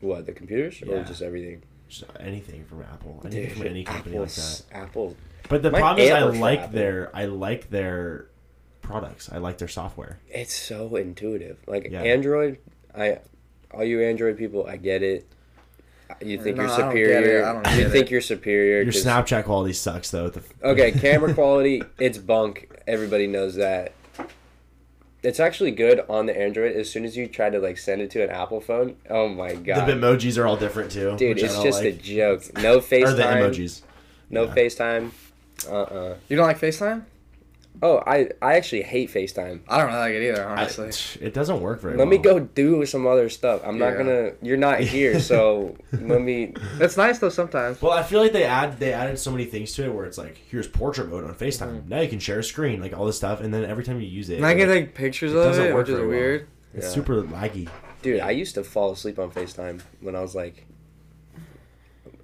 S3: What the computers or
S4: Yeah.
S3: just everything?
S4: Just anything from Apple, anything from any company
S3: Apple's-
S4: like
S3: Apple.
S4: that. But the
S3: My
S4: problem is, I
S3: aunt works for
S4: like
S3: Apple.
S4: their, I like their products. I like their software.
S3: It's so intuitive. Like
S4: Yeah.
S3: Android, I all you Android people, I get it. You think
S5: No,
S3: you're
S5: I don't get it.
S3: superior.
S5: I don't
S3: you
S5: get
S3: think
S5: it.
S3: you're superior.
S4: Your
S3: 'cause-
S4: Snapchat quality sucks though. The, *laughs*
S3: Okay, camera quality, it's bunk. Everybody knows that. It's actually good on the Android. As soon as you try to like send it to an Apple phone, oh my
S4: the
S3: god,
S4: emojis are all different too.
S3: dude,
S4: which I
S3: it's
S4: don't
S3: just a
S4: like.
S3: joke. No
S4: or the
S3: FaceTime.
S4: emojis.
S3: No
S4: yeah.
S3: FaceTime. Uh uh
S5: You don't like FaceTime?
S3: Oh, I I actually hate FaceTime.
S5: I don't really like it either,
S4: I- *laughs*
S5: honestly.
S4: it doesn't work very
S3: Let
S4: well.
S3: me go do some other stuff. I'm not
S5: Yeah.
S3: gonna. You're
S4: *laughs*
S3: not here, so let me.
S5: it's nice though sometimes.
S4: Well, I feel like they add they added so many things to it where it's like here's portrait mode on
S3: Mm-hmm.
S4: FaceTime. Now you can share a screen, like all this stuff, and then every time you use it,
S5: And I
S4: like,
S5: can take pictures
S4: it
S5: of
S4: doesn't
S5: it,
S4: work
S5: which is
S4: very well.
S5: weird.
S4: it's
S3: Yeah.
S4: super laggy.
S3: Dude, I used to fall asleep on FaceTime when I was like,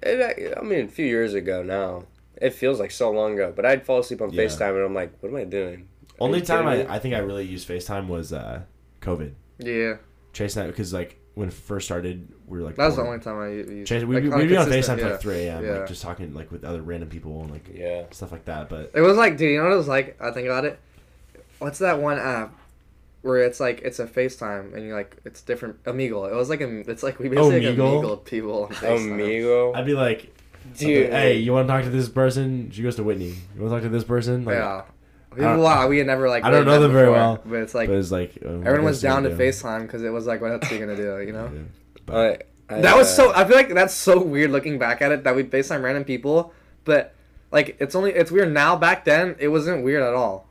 S3: it, I mean, a few years ago now. It feels like so long ago, but I'd fall asleep on
S4: Yeah.
S3: FaceTime and I'm like, what am I doing? Are
S4: Only
S3: you
S4: time
S3: kidding
S4: I, I think I really used FaceTime was uh, COVID.
S5: Yeah,
S4: Chase and I, because like when it first started, we were like
S5: that was the only
S4: bored.
S5: time I used.
S4: Chase, we'd,
S5: like,
S4: be-
S5: kinda
S4: we'd be on FaceTime
S5: consistent,
S4: till
S5: yeah.
S4: like three a.m.
S5: Yeah.
S4: like just talking like with other random people and like
S3: Yeah.
S4: stuff like that. But
S5: It was like, dude, you know what it was like? I think about it. What's that one app where it's like it's a FaceTime and you're like it's different Amigo. It was like a, it's like we basically like
S4: Omegle?
S5: Amigo people on FaCetime.
S3: Amigo.
S4: I'd be like,
S3: Dude.
S4: hey, you want to talk to this person? She goes to Whitney. You want to talk to this person? Like,
S5: Yeah. We,
S4: don't-
S5: wow, we had never like.
S4: I don't
S5: really
S4: know
S5: met
S4: them very
S5: before,
S4: well,
S5: but it's like
S4: but it's like uh, what
S5: everyone was
S4: else do you
S5: down to
S4: do?
S5: FaceTime because it was like, what else are you gonna do? You know.
S4: Yeah. But
S3: I, I,
S5: That was
S3: uh,
S5: so. I feel like that's so weird looking back at it that we FaceTime random people, but like it's only it's weird now. Back then, it wasn't weird at all.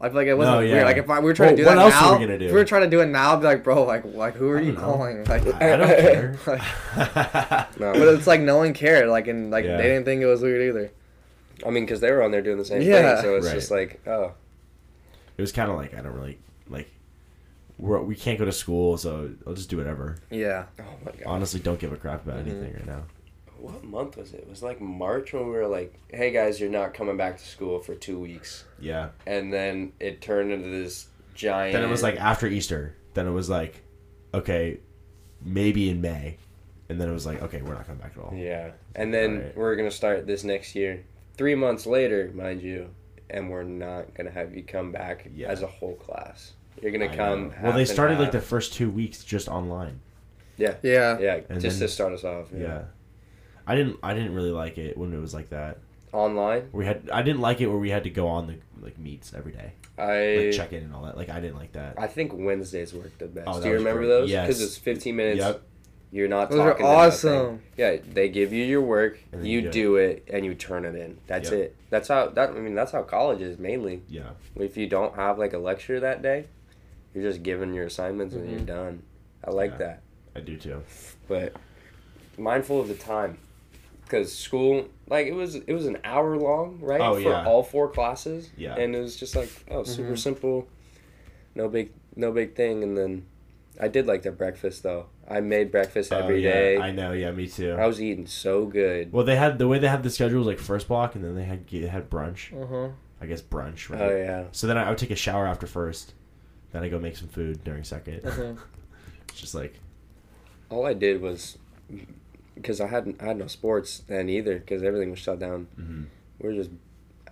S5: I feel like it wasn't
S4: No, yeah.
S5: weird. Like if I, we were trying to do
S4: Well,
S5: that
S4: what else
S5: now,
S4: were we gonna do?
S5: if we were trying to do it now, I'd be like, bro, like like who are
S4: I
S5: you
S4: don't know.
S5: calling?
S4: *laughs*
S5: Like, *laughs*
S4: I, I don't care.
S5: Like- *laughs*
S3: No.
S5: but it's like no one cared. Like and like
S4: Yeah.
S5: they didn't think it was weird either.
S3: I mean, because they were on there doing the same
S5: Yeah.
S3: thing, so it's
S4: Right.
S3: just like, oh,
S4: *laughs* it was kind of like I don't really like. We're, we can't go to school, so I'll just do whatever.
S5: Yeah,
S3: oh my god.
S4: Honestly, don't give a crap about anything right now.
S3: What month was it? It was like March when we were like, hey guys, you're not coming back to school for two weeks.
S4: Yeah.
S3: And then it turned into this giant.
S4: Then it was like after Easter. Then it was like, okay, maybe in May, and then it was like, okay, we're not coming back at all.
S3: Yeah. And then
S4: Right.
S3: we're going to start this next year. Three months later, mind you, and we're not going to have you come back
S4: Yeah.
S3: as a whole class. You're
S4: I
S3: going to
S4: know.
S3: come.
S4: well, they started like the
S3: the.
S4: first two weeks just online.
S3: Yeah.
S5: yeah.
S3: Yeah.
S4: And
S3: just
S4: then-
S3: to start us off.
S4: Yeah. I didn't. I didn't really like it when it was like that.
S3: Online,
S4: We had. I didn't like it where we had to go on the like meets every day,
S3: I.
S4: like check in and all that. Like I didn't like that.
S3: I think Wednesdays worked the best.
S4: Oh, that
S3: Do you
S4: was
S3: remember
S4: great.
S3: those?
S4: Yes.
S3: Because it's 15 minutes.
S4: Yep.
S3: You're not
S5: Those are
S3: talking to nothing.
S5: awesome.
S3: Yeah, they give you your work,
S4: And then
S3: you
S4: you do
S3: do,
S4: it.
S3: it. and you turn it in. That's
S4: Yep.
S3: it. That's how that I mean that's how college is mainly.
S4: Yeah.
S3: If you don't have like a lecture that day, you're just given your assignments and you're done. I like
S4: Mm-hmm. Yeah.
S3: that.
S4: I do too.
S3: But mindful of the time cuz school like it was it was an hour long, right?
S4: Oh,
S3: For
S4: yeah.
S3: all four classes.
S4: Yeah.
S3: And it was just like, oh, super simple. No big no big thing and then I did like the breakfast though. I made breakfast
S4: Oh,
S3: every
S4: yeah,
S3: day.
S4: I know. Yeah, me too.
S3: I was eating so good.
S4: well, they had the way they had the schedule was like first block, and then they had they had brunch.
S5: Uh huh.
S4: I guess brunch, right?
S3: Oh yeah.
S4: So then I, I would take a shower after first, then I go make some food during 2nd
S5: uh-huh.
S4: it's *laughs* just like
S3: All I did was because I hadn't I had no sports then either because everything was shut down.
S4: Mhm.
S3: We were just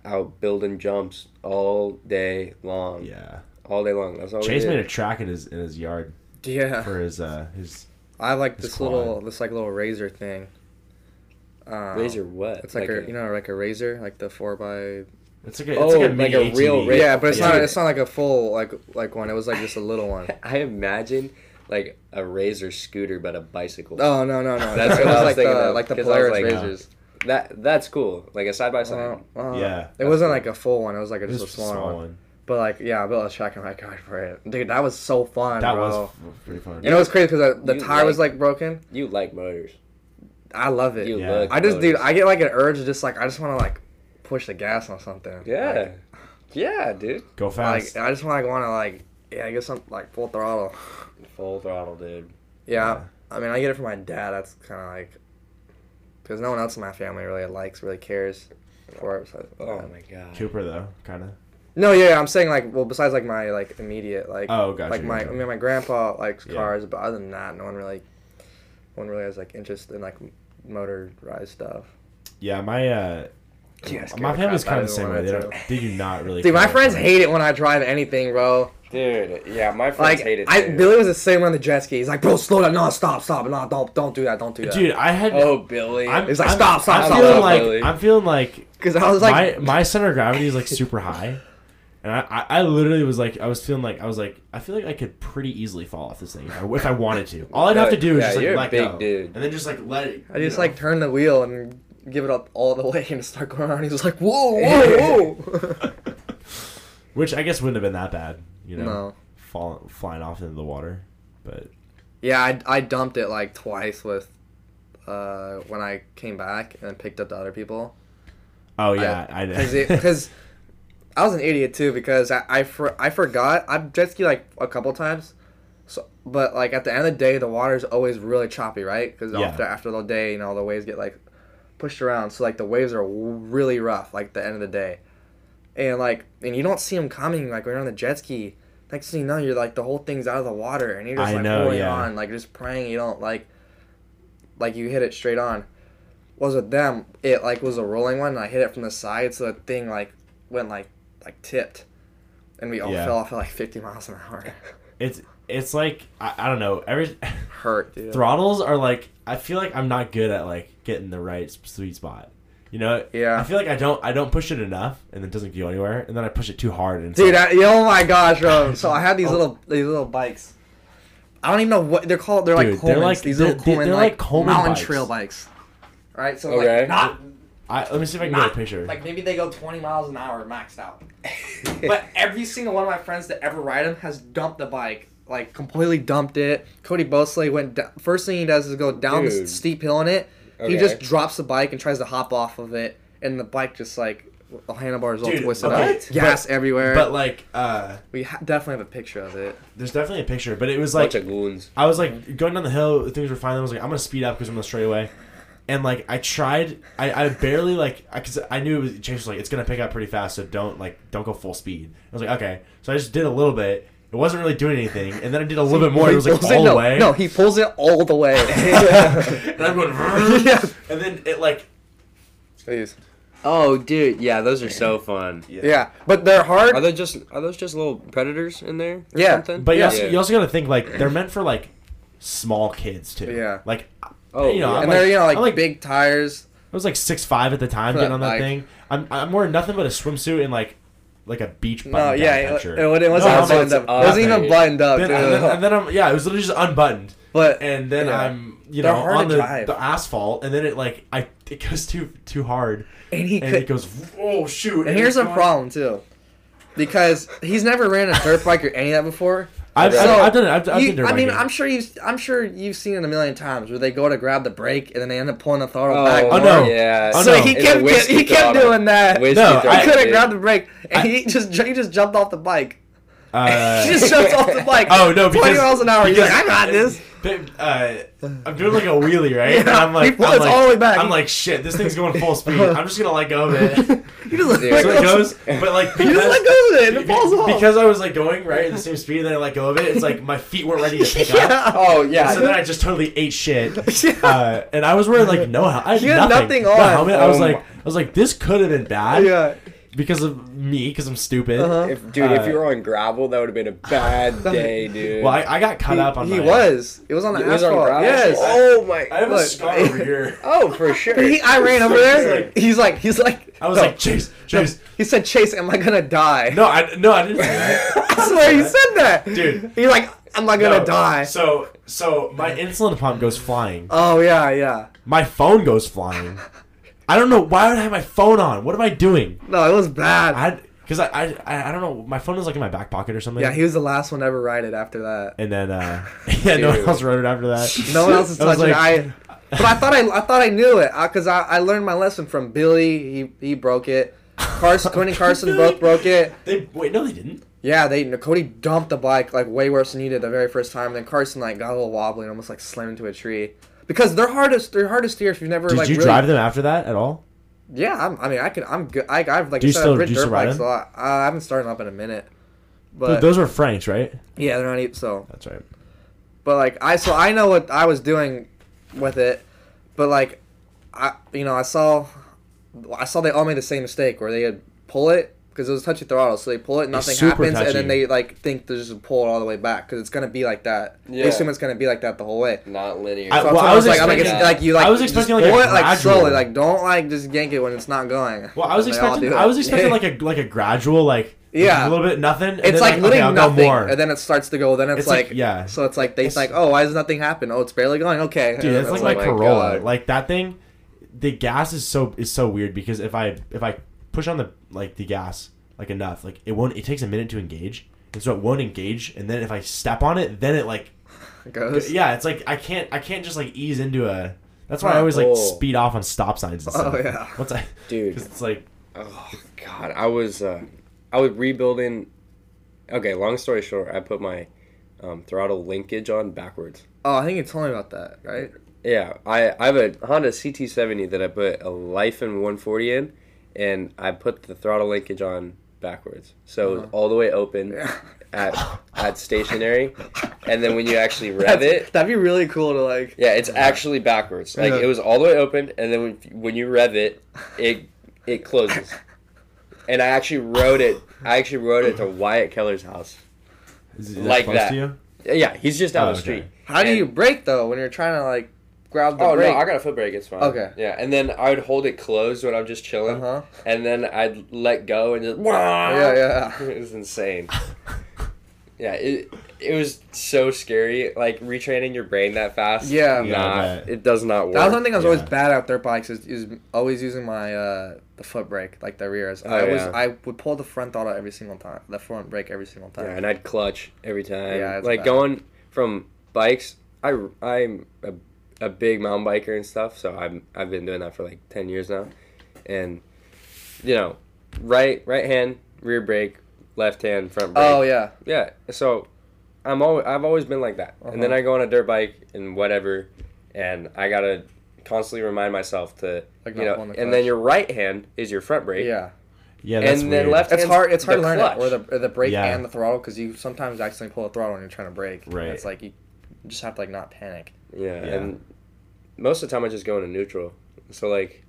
S3: out building jumps all day
S5: Oh.
S3: long.
S4: yeah.
S3: All day long. That's all
S4: Chase
S3: we
S4: made
S3: did.
S4: a track in his in his yard
S5: Yeah.
S4: for his uh his
S5: I like
S4: His
S5: this little
S4: quad.
S5: this like little razor thing. Um,
S3: razor what?
S5: It's like, a, you know like a razor like the four by
S4: it's like a, it's
S3: Oh,
S4: like a,
S3: like
S4: mini E
S3: a real
S4: ATV.
S3: Ra-
S5: yeah, but it's
S3: yeah.
S5: not it's not like a full like like one. It was like just a little
S3: *laughs*
S5: one.
S3: *laughs* I imagine like a razor scooter but a bicycle. *laughs*
S5: Oh no no no!
S3: That's
S5: It
S3: what I was
S5: like
S3: thinking
S5: the,
S3: of,
S5: like the
S3: 'cause I was
S5: Polaris
S3: like, oh.
S5: razors.
S3: That that's cool. Like a side by side.
S5: Uh, uh,
S4: Yeah.
S5: it wasn't like a full one. It was like a,
S4: It was
S5: just a small, one.
S4: one.
S5: But like yeah, I built a track and my god for it, dude. That was so fun,
S4: That
S5: bro.
S4: was f- pretty fun.
S5: and it was crazy because the
S3: You
S5: tire was
S3: like-
S5: like broken.
S3: You like motors.
S5: I love it.
S3: You
S4: Yeah.
S3: look.
S5: I just,
S3: motors.
S5: dude, I get like an urge to just like I just want to like push the gas on something.
S3: Yeah. Yeah, dude.
S4: Go
S5: Like,
S4: fast.
S5: like I just want to want to like yeah, I get some like full throttle.
S3: Full throttle, dude.
S5: Yeah. I mean, I get it from my dad. That's kind of like because no one else in my family really likes, really cares for it. So,
S3: Oh my
S5: uh,
S3: god.
S4: Cooper though, kind of.
S5: No, yeah, I'm saying like well, besides like my like immediate like
S4: Oh, gotcha,
S5: like my
S4: gotcha.
S5: I mean my grandpa likes
S4: Yeah.
S5: cars, but other than that, no one really, no one really has like interest in like motorized stuff.
S4: Yeah, my uh,
S5: Yeah,
S4: my family's kind of the same way. They, don't, they do not really.
S5: Dude, my
S4: care.
S5: friends hate it when I drive anything, bro.
S3: Dude, yeah, my
S5: Like,
S3: friends hate it.
S5: I
S3: too.
S5: Billy was the same on the jet ski. He's like, bro, slow down, no, stop, stop, no, don't, don't do that, don't do that.
S4: Dude, I had.
S3: Oh, Billy.
S4: I'm,
S5: It's like,
S4: I'm-
S5: stop, stop,
S4: I'm
S5: stop,
S4: feeling
S5: stop,
S4: like
S3: Billy.
S4: I'm feeling like
S5: because I was like,
S4: my my center of gravity is like super high, and I, I I literally was like I was feeling like I was like I feel like I could pretty easily fall off this thing if I, if I wanted to. All I'd have to do is
S3: Yeah,
S4: just like
S3: you're a
S4: let
S3: big
S4: go,
S3: dude.
S4: and then just like let it.
S5: I
S4: you
S5: just
S4: know.
S5: like turn the wheel and give it up all the way and start going around. *laughs* He was like, whoa,
S4: *laughs*
S5: whoa, whoa.
S4: which I guess wouldn't have been that bad, you know,
S5: No.
S4: fall, flying off into the water, but
S5: yeah, I, I dumped it like twice with. Uh, when I came back and picked up the other people,
S4: oh yeah, I, did.
S5: because I was an idiot too because I I, for, I forgot I've jet ski like a couple times, so but like at the end of the day the water's always really choppy right because
S4: Yeah.
S5: after after the day you know the waves get like pushed around so like the waves are really rough like the end of the day, and like and you don't see them coming like when you're on the jet ski next thing you know you're like the whole thing's out of the water and you're just
S4: I
S5: like
S4: know,
S5: holding
S4: yeah.
S5: on like just praying you don't like like you hit it straight on was with them, it like was a rolling one, and I hit it from the side, so the thing like went like like tipped, and we all
S4: Yeah.
S5: fell off at like 50 miles an hour.
S4: *laughs* it's it's like I, I don't know every *laughs*
S5: Hurt, dude.
S4: throttles are like I feel like I'm not good at like getting the right sp- sweet spot. You know,
S5: Yeah.
S4: I feel like I don't I don't push it enough, and it doesn't go anywhere, and then I push it too hard, and it's
S5: Dude,
S4: like-
S5: I, oh my gosh,
S4: *laughs*
S5: bro. So I
S4: Oh.
S5: had these little these little bikes. I don't even know what they're called. They're
S4: Dude,
S5: like
S4: they're
S5: Coleman's.
S4: like-
S5: these
S4: they're-
S5: little Coleman,
S4: they're
S5: like,
S4: like Coleman
S5: mountain
S4: bikes.
S5: trail bikes. Right, so
S3: Okay.
S5: like not
S4: I, let me see if I can get a picture.
S5: Like maybe they go 20 miles an hour maxed out.
S4: *laughs*
S5: but every single one of my friends that ever ride him has dumped the bike, like completely dumped it. Cody Bosley went da- first thing he does is go down the
S3: Dude.
S5: s- steep hill in it.
S3: Okay.
S5: He just drops the bike and tries to hop off of it, and the bike just like the handlebars all
S4: Dude,
S5: twisted
S4: okay,
S5: up, gas everywhere.
S4: but like, uh,
S5: we ha- definitely have a picture of it.
S4: there's definitely a picture, but it was like
S3: bunch of goons.
S4: I was like going down the hill, things were fine. I was like, I'm gonna speed up because I'm gonna straight away. And like I tried, I, I barely like because I knew it was, Chase was like it's gonna pick up pretty fast, so don't like don't go full speed. I was like okay, so I just did a little bit. It wasn't really doing anything, and then I did
S5: *laughs*
S4: a little bit more. and It was like
S5: Pulls it-
S4: all
S5: no,
S4: the way.
S5: No, he pulls it all the
S4: *laughs*
S5: way.
S4: and
S5: *laughs*
S4: I'm going, "Vroom."
S5: Yeah.
S4: and then it like
S5: Please.
S3: Oh, dude, yeah, those are so fun.
S5: Yeah, but they're hard.
S3: Are they just are those just little predators in there? Or
S5: Yeah,
S3: something?
S4: But you,
S5: Yeah.
S4: also, you also gotta think like they're meant for like small kids too.
S5: Yeah.
S4: Like,
S3: Oh,
S4: you know,
S3: yeah.
S4: I'm
S5: and they're you know like,
S4: I'm,
S5: big tires.
S4: I was like six five at the time
S5: For
S4: getting
S5: that
S4: on that
S5: bike.
S4: thing. I'm I'm wearing nothing but a swimsuit and like like a beach button
S5: No,
S4: down
S5: yeah, it,
S4: shirt.
S5: it, it wasn't
S4: No,
S5: buttoned
S4: it's
S5: up. It wasn't
S3: nothing.
S5: even buttoned up.
S4: Then,
S5: dude.
S4: and, then, and then I'm yeah, it was literally just unbuttoned.
S5: But
S4: and then
S5: Yeah.
S4: I'm you
S5: They're
S4: know
S5: hard
S4: on
S5: to
S4: the,
S5: drive.
S4: the asphalt, and then it like I it goes too too hard,
S5: *laughs* and he
S4: and
S5: could,
S4: it goes oh shoot.
S5: and here's
S4: it's
S5: a
S4: going-
S5: problem too, because he's never ran a dirt bike or any of that before.
S4: *laughs* I've,
S5: So,
S4: I've, I've done it. I've, I've
S5: you-
S4: been dirt
S5: I mean,
S4: biking.
S5: I'm sure you. I'm sure you've seen it a million times where they go to grab the brake and then they end up pulling the throttle back.
S3: Oh,
S4: Oh, no.
S3: Yeah.
S4: Oh,
S5: so
S4: no.
S5: he
S3: It's a
S5: kept
S3: whiskey
S5: he kept
S3: throttle.
S5: doing that.
S3: Whiskey
S4: No,
S5: He
S3: throttle,
S4: I-
S5: couldn't
S3: dude.
S5: grab the brake, and he just he just jumped off the bike.
S4: Uh,
S5: He just jumped off *laughs* the bike.
S4: Oh, no,
S5: twenty
S4: because-
S5: miles an hour. He's
S4: because-
S5: like, I got this.
S4: Babe, uh, I'm doing like a wheelie, right? and I'm
S5: he
S4: like,
S5: pulls
S4: I'm like,
S5: all the way back.
S4: I'm like, shit, this thing's going full speed. I'm just gonna let go
S5: *laughs*
S4: of it. so
S5: He just let
S3: Dude.
S4: it
S5: go.
S4: goes, but like
S5: He
S4: because,
S5: just let go of it. And it falls off.
S4: because I was like going right at the same speed, and then I let go of it. It's like my feet weren't ready to pick up.
S5: *laughs* yeah.
S3: Oh yeah.
S4: So then I just totally ate shit,
S5: *laughs* Yeah.
S4: uh, and I was wearing like no helmet. I had
S5: You had
S4: nothing,
S5: nothing
S4: No
S5: on.
S4: helmet. I was
S3: Oh
S4: like,
S3: my-
S4: I was like, this could have been bad
S5: yeah.
S4: because of me, because I'm stupid.
S5: Uh-huh.
S3: if, dude, if
S4: Uh,
S3: you were on gravel, that would
S5: *laughs*
S3: have been a bad day, dude.
S4: Well, I, I got cut up on
S5: he
S4: my.
S5: was. It was on the
S3: It was on
S5: asphalt.
S3: gravel?
S5: yes.
S3: Oh my.
S4: I have a
S5: Look.
S4: scar
S5: *laughs*
S4: over here.
S3: oh, for sure.
S5: He, I ran over there. He's like, he's like.
S4: I was
S5: no.
S4: like, Chase, Chase.
S5: he said, Chase, am I gonna die? *laughs*
S4: No, I no, I didn't. Say that.
S5: I swear he said that,
S4: Dude.
S5: He's like, am I gonna
S4: No.
S5: die?
S4: So so my insulin pump goes flying.
S5: oh yeah, yeah.
S4: My phone goes flying. I don't know why would I have my phone on. What am I doing?
S5: No, it was bad.
S4: I because I, I I I don't know. My phone was like in my back pocket or something.
S5: yeah, he was the last one to ever ride it after that.
S4: and then uh *laughs* yeah, no one
S3: Dude.
S4: else wrote it after that.
S5: *laughs* No one else is
S4: I was
S5: touching. it. I,
S4: like-
S5: but I thought I, I thought I knew it because I, I learned my lesson from Billy. He he broke it.
S4: *laughs*
S5: Carson, Quentin Carson both broke it.
S4: They wait, no, they didn't.
S5: Yeah, they Cody dumped the bike like way worse than he did the very first time. Then Carson like got a little wobbly and almost like slammed into a tree because they're hardest they're hard to steer if you've never
S4: Did
S5: like
S4: you
S5: really.
S4: drive them after that at all?
S5: Yeah, I'm, I mean I can I'm good. I, I've like
S4: Do
S5: I
S4: you
S5: said
S4: still-
S5: I've
S4: do
S5: ridden
S4: you still
S5: dirt
S4: ride
S5: bikes a
S4: them?
S5: lot. Uh, I haven't started up in a minute,
S4: Th-
S5: but
S4: Those were Franks, right?
S5: yeah, they're not even so.
S4: That's right.
S5: But like I so I know what I was doing with it, but like I you know I saw I saw they all made the same mistake where they would pull it because it was touchy throttle, so they pull it, nothing
S4: super
S5: happens, and
S4: touchy.
S5: then they like think they just pull it all the way back because it's gonna be like that.
S3: Yeah.
S5: They assume it's gonna be like that the whole way.
S3: Not linear.
S4: I-
S5: So
S4: well,
S5: I was like, I'm like,
S4: expecting-
S5: it's, like you like
S4: I was
S5: just
S4: expecting, like, a
S5: pull it like
S4: gradual.
S5: slowly, like don't like just yank it when it's not going.
S4: Well, I was
S5: And they all
S4: expecting
S5: do
S4: I
S5: it.
S4: was expecting
S5: *laughs*
S4: like a like a gradual like
S5: Yeah.
S4: a little bit nothing. and
S5: It's
S4: then,
S5: like,
S4: okay,
S5: literally
S4: I'll go
S5: nothing,
S4: more.
S5: and then it starts to go. Then it's,
S4: It's like-
S5: like,
S4: yeah.
S5: So it's like they
S4: It's-
S5: think, oh, why does nothing happen? Oh, it's barely going. Okay,
S4: Dude,
S5: And
S4: that's
S5: it's "Oh
S4: like my,
S3: my
S4: Corolla.
S3: God.
S4: Like that thing, the gas is so is so weird because if I if I push on the like the gas like enough, like it won't. It takes a minute to engage, and so it won't engage. And then if I step on it, then it like
S5: it goes.
S4: yeah, it's like I can't I can't just like ease into a. That's why I
S5: Huh.
S4: always like
S3: Oh.
S4: speed off on stop signs. And
S5: Oh,
S4: stuff.
S5: yeah.
S4: Once I,
S3: Dude.
S4: 'cause it's like
S3: Oh God, I was uh, I was rebuilding. Okay, long story short, I put my um, throttle linkage on backwards.
S5: Oh, I think you told me about that, right?
S3: Yeah, I, I have a Honda CT70 that I put a Life and 140 in, and I put the throttle linkage on backwards, so it was all the way open at at stationary, and then when you actually rev it,
S5: That'd be really cool to like.
S3: yeah, it's actually backwards. Like
S5: Yeah.
S3: it was all the way open, and then when, when you rev it, it it
S4: *laughs*
S3: closes. And I actually rode it. I actually rode it to Wyatt Keller's house.
S4: is it
S3: Like
S4: close
S3: that.
S4: to you?
S3: Yeah, he's just down
S4: Oh,
S3: the
S4: okay.
S3: street.
S5: How do
S3: And-
S5: you brake though when you're trying to like grab the
S3: Oh
S5: brake?
S3: no, I got a foot brake. It's fine.
S5: Okay.
S3: Yeah, and then I would hold it closed when I'm just chilling,
S5: Uh-huh.
S3: and then I'd let go and just.
S5: Yeah, yeah.
S3: *laughs* It was insane. yeah, it it was so scary. Like retraining your brain that fast.
S5: Yeah.
S4: Yeah, I
S3: Nah,
S4: bet.
S3: it does not work.
S5: That was one thing I was always
S4: Yeah.
S5: bad at dirt bikes is, is always using my uh the foot brake, like the rears. I
S3: Oh,
S5: was
S3: yeah.
S5: I would pull the front throttle every single time, the front brake every single time.
S3: Yeah, and I'd clutch every time.
S5: Yeah, it's
S3: like
S5: bad.
S3: going from bikes. I I'm a, a big mountain biker and stuff, so I'm I've been doing that for like ten years now, and you know, right right hand rear brake, left hand front brake.
S5: oh yeah.
S3: yeah. So I'm always I've always been like that, and then
S5: Uh-huh.
S3: I go on a dirt bike and whatever, and I gotta constantly remind myself to
S5: Like
S3: you
S5: not
S3: know,
S5: pull on
S3: and
S5: the clutch.
S3: then your right hand is your front brake.
S5: Yeah.
S4: Yeah,
S3: And
S4: that's
S3: then
S4: weird.
S3: left-
S5: It's
S3: And
S5: hard. It's hard
S3: the
S5: to learn it,
S3: clutch.
S5: or the or the brake
S4: Yeah.
S5: and the throttle, because you sometimes accidentally pull a throttle when you're trying to brake. And
S4: Right.
S5: It's like you just have to like not panic.
S3: Yeah,
S4: Yeah.
S3: and most of the time I just go into neutral. So like,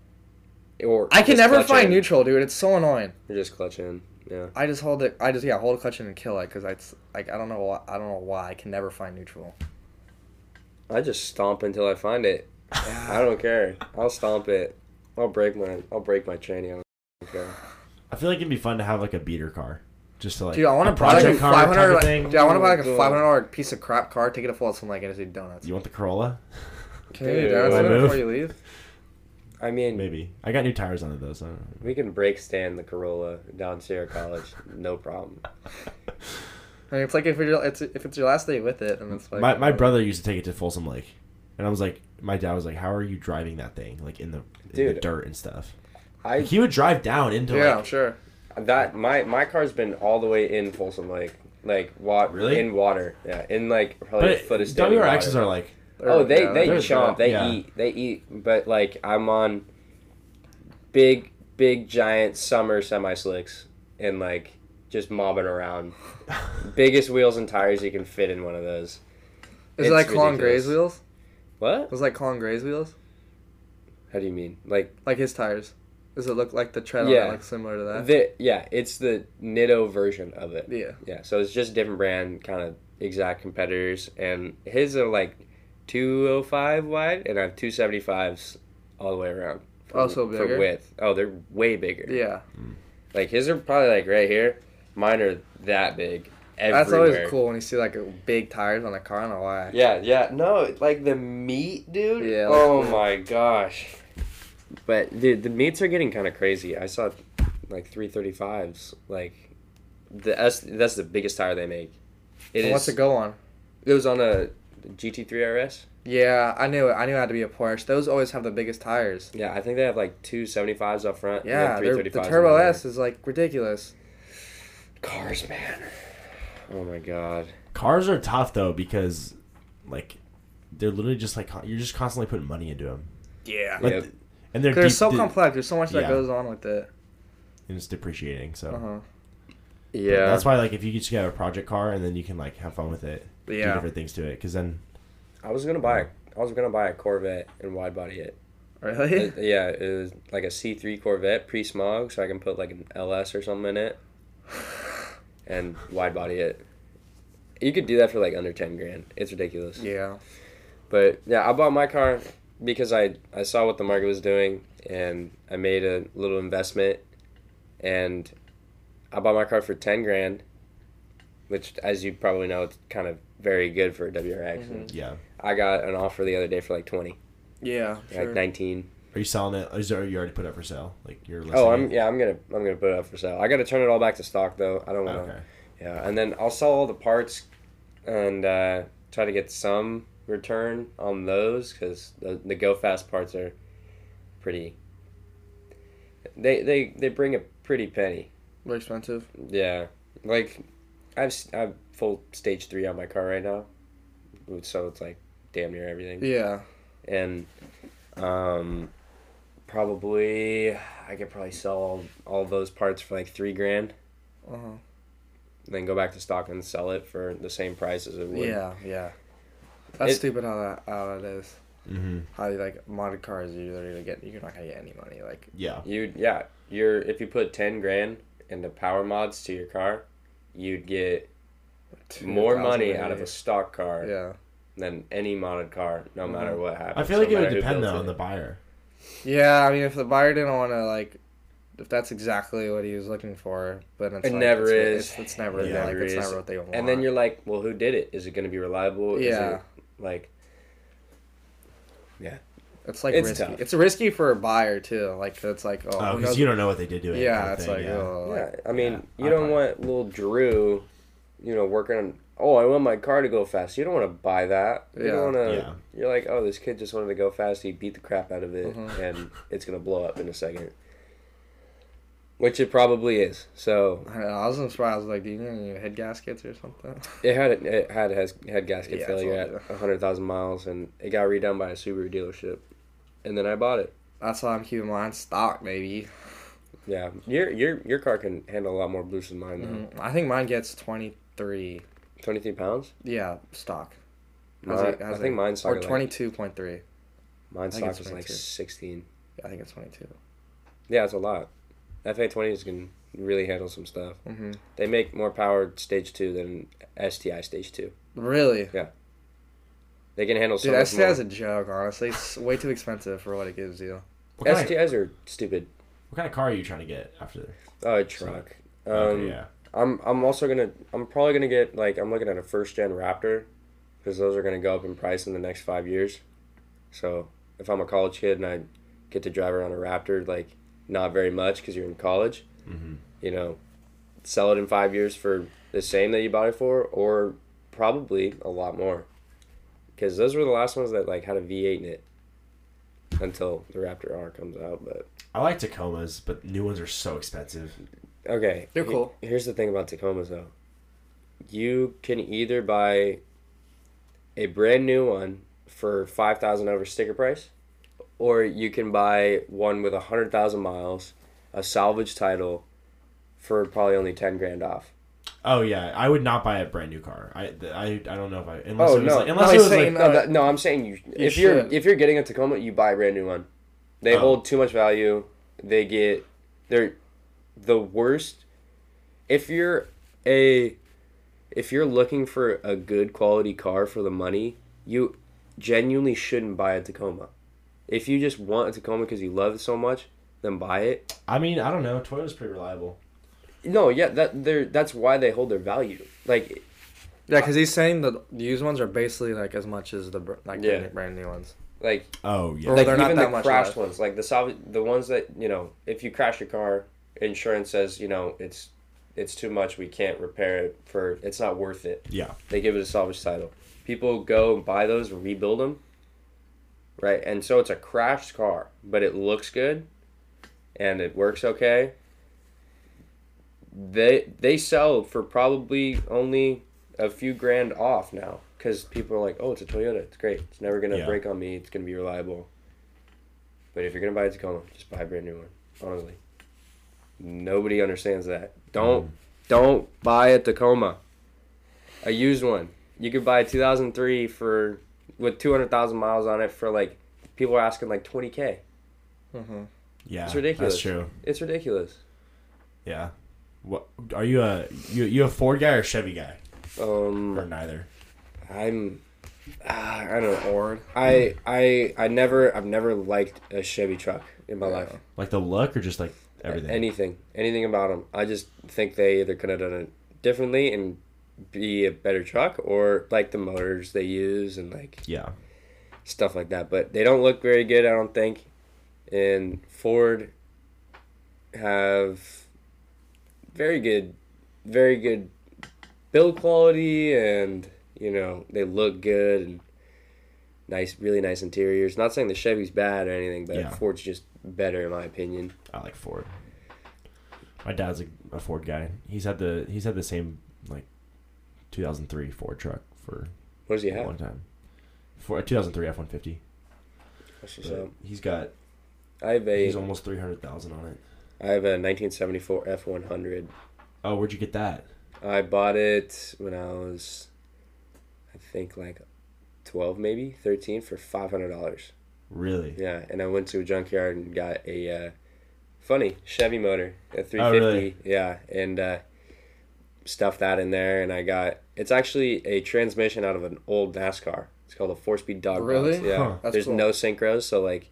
S3: or
S5: I can
S3: just
S5: never
S3: clutch
S5: find
S3: in.
S5: neutral, dude. It's so annoying.
S3: Or just clutch in. Yeah,
S5: I just hold it. I just yeah hold a clutch in and kill it because I like I don't know why I don't know why I can never find neutral.
S3: I just stomp until I find it. I don't care. I'll stomp it. I'll break my. I'll break my tranny. I don't care.
S4: I feel like it'd be fun to have like a beater car. just to like
S5: Dude, I want
S4: a
S5: to buy like a
S4: project car type
S5: five
S4: of
S5: hundred.
S4: thing.
S5: Dude, I want to buy like
S3: Dude.
S5: a five hundred dollar piece of crap car. Take it to Falls and like and just eat donuts.
S4: You want the Corolla?
S5: Okay,
S3: Dude,
S5: donuts
S4: will I
S5: in it before
S4: move?
S5: you leave.
S3: I mean,
S4: Maybe. I got new tires on it though, so I don't
S3: we can break stand the Corolla down Sierra College, no problem.
S5: I mean, it's like if you're it's if it's your last day with it, and it's like uh,
S4: my my brother used to take it to Folsom Lake, and I was like, my dad was like, "How are you driving that thing like in the, in the
S3: Dude.
S4: dirt and stuff?"
S3: I
S4: *laughs* Like, he would drive down into
S5: Yeah, I'm
S4: like
S5: sure.
S3: That my my car's been all the way in Folsom Lake, like wa-
S4: Really?
S3: in water. Yeah, in like probably a
S4: but
S3: foot of standing
S4: WRXs
S3: water.
S4: are like *laughs*
S3: Oh, they
S5: Yeah,
S3: they
S5: they're-
S3: chomp, they
S4: Yeah.
S3: eat, they eat. But like I'm on big big giant summer semi slicks and like just mobbing around. Biggest wheels and tires you can fit in one of those.
S5: Is
S3: It's
S5: it like Colin
S3: ridiculous.
S5: Gray's wheels?
S3: What?
S5: Was it like Colin Gray's wheels?
S3: How do you mean? Like
S5: Like his tires? Does it look like the tread
S3: Yeah.
S5: on it, like similar to that?
S3: the yeah, it's the Nitto version of it.
S5: yeah.
S3: Yeah, so it's just different brand, kind of exact competitors, and his are like two oh five wide, and I have two seventy fives all the way around. For,
S5: Also bigger?
S3: for width. Oh, they're way bigger.
S5: Yeah.
S3: like his are probably like right here. Mine are that big. Everywhere.
S5: That's always cool when you see like a big tires on a car. I don't know why.
S3: Yeah, yeah, no, like the meat, dude.
S5: Yeah, like-
S3: oh my gosh. But dude, the meats are getting kind of crazy. I saw like three thirty fives. Like the that's, that's the biggest tire they make. It
S5: And
S3: is.
S5: what's it go on?
S3: It was on a GT3 RS.
S5: Yeah, I knew it. I knew it had to be a Porsche. Those always have the biggest tires.
S3: Yeah, I think they have like two seventy fives up front. and
S5: Yeah,
S3: then
S5: they're-
S3: 335s
S5: the
S3: in
S5: Turbo
S3: rear.
S5: S is like ridiculous.
S3: Cars, man. Oh my god.
S4: cars are tough though because like they're literally just like con- you're just constantly putting money into them.
S5: Yeah.
S4: Like,
S3: Yep.
S4: and they're,
S5: They're
S4: deep-
S5: so
S4: de-
S5: complex. There's so much that
S4: Yeah.
S5: goes on with it.
S4: And it's depreciating, so
S5: Uh huh.
S3: Yeah.
S4: that's why like if you just get a project car and then you can like have fun with it, do
S5: Yeah.
S4: different things to it, because then
S3: I was gonna buy. A, I was gonna buy a Corvette and wide body it.
S5: *laughs* Really?
S3: It- yeah, it was like a C three Corvette pre smog, so I can put like an LS or something in it, and wide body it. You could do that for like under ten grand. It's ridiculous.
S5: Yeah.
S3: But yeah, I bought my car because I I saw what the market was doing and I made a little investment and I bought my car for 10 grand, which as you probably know it's kind of very good for a WRX.
S5: Mm-hmm.
S3: And
S4: yeah.
S3: I got an offer the other day for like 20,
S5: Yeah. Sure.
S3: like 19.
S4: Are you selling it? Is there, you already put it up for sale? Like you're listing
S3: Oh, I'm
S4: it?
S3: yeah, I'm going to I'm going to put it up for sale. I got to turn it all back to stock though. I don't want to
S4: okay.
S3: Yeah, and then I'll sell all the parts and uh, try to get some return on those because the, the go fast parts are pretty. They, they they bring a pretty penny.
S5: Very expensive.
S3: Yeah, like I've s- I've full stage three on my car right now, so it's like damn near everything
S5: Yeah.
S3: and um, probably I could probably sell all, all those parts for like three grand.
S5: Uh-huh.
S3: Then go back to stock and sell it for the same price as it would.
S5: Yeah. Yeah. That's
S3: It-
S5: stupid how that how that is.
S4: Mm-hmm.
S5: How you like modded cars? You're literally gonna get. You're not gonna get any money. Like.
S4: Yeah.
S3: You yeah, you're if you put ten grand into power mods to your car, you'd get more
S5: 2,000
S3: money
S5: maybe.
S3: out of a stock car
S5: Yeah. Mm-hmm.
S3: than any modded car, no matter what happens.
S4: I feel like
S3: no
S4: it would
S3: matter who
S4: depend
S3: builds
S4: though
S3: it.
S4: on the buyer.
S5: Yeah. I mean, if the buyer didn't want to like. If that's exactly what he was looking for, but it's
S3: It
S5: like,
S3: never
S5: it's,
S3: is.
S5: It's, it's never
S4: It
S5: like
S3: never
S5: it's
S3: is.
S5: never what they want.
S3: And then you're like, well, who did it? Is it going to be reliable? Is
S5: Yeah.
S3: it, like
S5: It's like
S3: It's
S5: risky.
S3: tough.
S5: It's risky for a buyer too. Like it's like oh,
S4: Oh,
S5: who
S4: because
S5: knows-
S4: you don't know what they did to it.
S5: yeah,
S4: kinda
S5: it's
S4: thing,
S5: like
S4: yeah.
S5: oh, like,
S3: Yeah, I mean,
S4: yeah,
S3: you
S4: I
S3: don't
S4: buy
S3: want little Drew, you know, working on. Oh, I want my car to go fast. You don't want to buy that. You
S5: Yeah.
S3: don't want to.
S4: Yeah.
S3: You're like, oh, this kid just wanted to go fast. He beat the crap out of it,
S5: Mhm.
S3: and it's gonna blow up in a second. Which it probably is. So
S5: I, don't know, I was surprised. I was like, do you need any head gaskets or something? *laughs*
S3: it had it had has had gasket
S5: Yeah, it's
S3: failure
S5: all
S3: at hundred thousand miles, and it got redone by a Subaru dealership, and then I bought it.
S5: That's why I'm keeping mine stock, maybe.
S3: Yeah, your your your car can handle a lot more blues than mine. Though.
S5: Mm, I think mine gets 23.
S3: three pounds.
S5: Yeah, stock. How's
S3: Mine,
S5: it- how's
S3: I think
S5: it-
S3: mine's
S5: Or
S3: stock. Twenty.
S5: 22.3.
S3: mine
S5: think
S3: stock
S5: it's
S3: was like
S5: 22.
S3: sixteen.
S5: Yeah, I think it's 22.
S3: Yeah, it's a lot. FA twenties can really handle some stuff.
S5: hmm
S3: They make more power stage two than STI stage two.
S5: Really?
S3: They can handle so
S5: Dude,
S3: much
S5: STI is a
S3: more.
S5: joke, honestly. It's *laughs* way too expensive for what it gives you.
S4: What kind, of,
S3: STIs are stupid.
S4: what kind of car are you trying to get after?
S3: Oh, a truck. Um,
S4: Okay, yeah.
S3: I'm I'm also gonna I'm probably gonna get like I'm looking at a first gen Raptor, because those are gonna go up in price in the next five years. So if I'm a college kid and I get to drive around a Raptor, like not very much because you're in college, you know, sell it in five years for the same that you bought it for, or probably a lot more, because those were the last ones that like had a V8 in it. Until the Raptor R comes out, but
S4: I like Tacomas, but new ones are so expensive.
S3: okay,
S5: They're
S3: he-
S5: cool.
S3: Here's the thing about Tacomas though, you can either buy a brand new one for five thousand over sticker price, or you can buy one with a hundred thousand miles, a salvage title, for probably only ten grand off.
S4: Oh yeah, I would not buy a brand new car. I th- I, I don't know if I unless
S3: oh
S4: it was
S3: no!
S4: like, unless
S5: No,
S4: it
S5: he's
S4: was
S5: saying
S4: like
S3: no, that, no, I'm saying you.
S5: You
S3: if you're
S5: should.
S3: if you're getting a Tacoma, you buy a brand new one. They
S4: Oh.
S3: hold too much value. They get they're the worst. If you're a if you're looking for a good quality car for the money, you genuinely shouldn't buy a Tacoma. If you just want a Tacoma because you love it so much, then buy it.
S4: I mean I don't know. Toyota's pretty reliable.
S3: No, yeah, that they're that's why they hold their value. Like
S5: Yeah, because he's saying the used ones are basically like as much as the br- like the
S3: Yeah.
S5: brand new ones.
S3: like
S4: Oh yeah.
S5: Or-
S3: like
S5: they're not
S3: even
S5: that
S3: the
S5: much
S3: crashed
S5: less.
S3: ones, like the salv- the ones that you know, if you crash your car, insurance says you know it's it's too much. We can't repair it for it's not worth it.
S4: yeah.
S3: They give it a salvage title. People go and buy those, rebuild them, right? And so it's a crashed car, but it looks good, and it works okay. They they sell for probably only a few grand off now because people are like, oh, it's a Toyota, it's great, it's never gonna
S4: Yeah.
S3: break on me, it's gonna be reliable. But if you're gonna buy a Tacoma, just buy a brand new one. Honestly, nobody understands that. Don't don't buy a Tacoma, a used one. You could buy a 2003 for with 200,000 miles on it for like people are asking like 20k.
S4: Yeah.
S3: It's ridiculous.
S4: That's true.
S3: It's ridiculous.
S4: Yeah. What are you a you you a Ford guy or a Chevy guy or
S3: Um,
S4: neither?
S3: I'm ah, I don't know. I I I never I've never liked a Chevy truck in my life.
S4: Like the look or just like everything?
S3: Anything, anything about them. I just think they either could have done it differently and be a better truck, or like the motors they use and like
S4: yeah.
S3: stuff like that. But they don't look very good, I don't think. And Ford have very good, very good build quality, and you know they look good and nice, really nice interiors. Not saying the Chevy's bad or anything, but
S4: Yeah.
S3: Ford's just better in my opinion.
S4: I like Ford. My dad's a, a Ford guy. He's had the he's had the same like 2003 Ford truck for
S3: What does he
S4: a long
S3: have?
S4: time. For uh, a 2003 F150.
S3: That's what's
S4: So
S3: up.
S4: he's got
S3: I have a
S4: Uh, he's almost 300,000 on it.
S3: I have a 1974 F100.
S4: Oh, where'd you get that?
S3: I bought it when I was, I think like, twelve maybe thirteen for five hundred dollars.
S4: Really?
S3: Yeah, and I went to a junkyard and got a uh, funny Chevy motor, a 350.
S4: really?
S3: Yeah, and uh, stuffed that in there, and I got it's actually a transmission out of an old NASCAR. It's called a four-speed dog
S5: Really?
S3: box. Yeah,
S4: Huh.
S5: That's
S3: there's
S5: cool.
S3: no synchros, so like,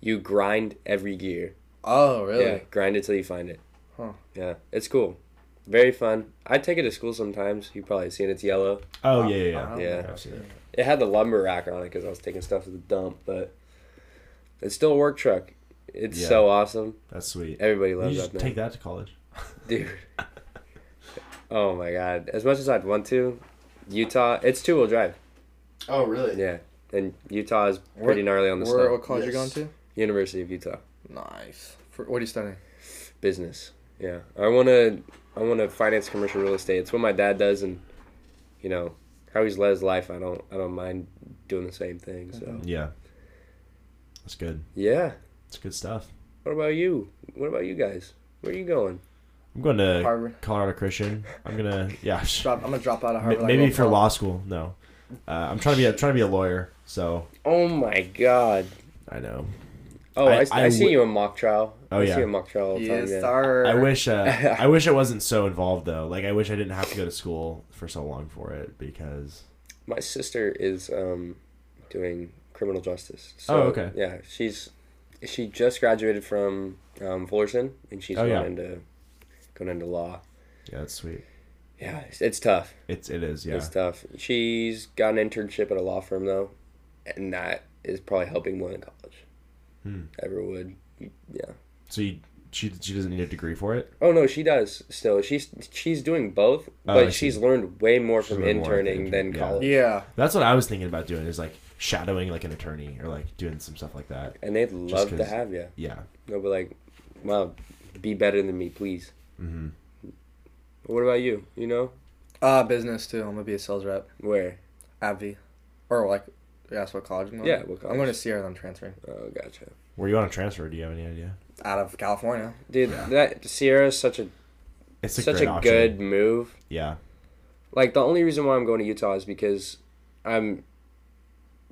S3: you grind every gear.
S5: Oh really?
S3: Yeah, grind it till you find it.
S5: Huh.
S3: Yeah, it's cool. Very fun. I take it to school sometimes. You probably seen it's yellow.
S4: Oh yeah, yeah, yeah.
S5: Oh,
S3: Yeah.
S4: I've seen it.
S3: It had the lumber rack on it because I was taking stuff to the dump, but it's still a work truck. It's
S4: Yeah.
S3: so awesome.
S4: That's sweet.
S3: Everybody
S4: You
S3: loves
S4: just
S3: that
S4: take
S3: thing,
S4: that to college.
S3: dude. *laughs* oh my god! As much as I'd want to, Utah, it's two wheel drive.
S4: Oh really?
S3: Yeah, and Utah is pretty gnarly on the
S5: Where,
S3: snow.
S5: what college you going
S4: Yes.
S5: to?
S3: University of Utah,
S5: Nice. For, what are you studying?
S3: business. Yeah, I wanna, I wanna finance commercial real estate. It's what my dad does, and you know how he's led his life. I don't, I don't mind doing the same thing. So
S4: Yeah. That's good.
S3: yeah.
S4: That's good stuff.
S3: What about you? What about you guys? Where are you going?
S4: I'm going to
S5: Harvard.
S4: Colorado Christian. I'm gonna
S3: *laughs*
S4: yeah. *laughs*
S5: Drop. I'm gonna drop out of
S4: Ma-
S5: Harvard. like,
S4: maybe
S5: real
S4: for
S5: pop.
S4: law school. No, uh, I'm trying to be a, trying to be a lawyer. So
S3: Oh my god.
S4: I know.
S3: Oh,
S4: I-
S3: I, I,
S4: I
S3: see
S4: wi-
S3: you in mock trial.
S4: Oh,
S3: I
S4: yeah.
S3: see you in mock trial all the time.
S5: Yes,
S3: Yeah.
S5: sir.
S4: I
S3: *laughs*
S4: wish uh, I wish it wasn't so involved though. Like I wish I didn't have to go to school for so long for it because
S3: My sister is um, doing criminal justice.
S4: Oh, okay.
S3: Yeah, she's she just graduated from um, Fullerton, and she's
S4: Oh,
S3: going
S4: yeah.
S3: into going into law.
S4: Yeah, that's sweet.
S3: Yeah, it's, it's tough.
S4: It's it is. Yeah.
S3: It's tough. She's got an internship at a law firm though, and that is probably helping more than college
S4: Hmm.
S3: ever would. Yeah.
S4: So you, she she doesn't need a degree for it.
S3: Oh no, she does still. She's she's doing both, but
S4: Oh, I see.
S3: she's learned way more from
S4: learned more from
S3: interning than
S4: interning, yeah.
S3: college.
S5: Yeah.
S4: That's what I was thinking about doing is like shadowing like an attorney or like doing some stuff like that.
S3: And they'd love to
S4: 'cause-
S3: have you.
S4: Yeah.
S3: They'll be like, "Wow, be better than me, please." Mm-hmm. What about you? You know
S5: Uh, business too. I'm gonna be a sales rep.
S3: where?
S5: AbbVie, or like, yeah, that's what college. I'm going
S3: Yeah,
S5: to.
S3: what
S5: I'm
S3: college.
S5: going to Sierra. that I'm transferring
S3: Oh, gotcha,
S4: Were you on a transfer? Do you have any idea?
S5: out of California.
S3: dude. That Sierra is such a
S4: It's
S3: such a good move.
S4: Yeah.
S3: Like the only reason why I'm going to Utah is because I'm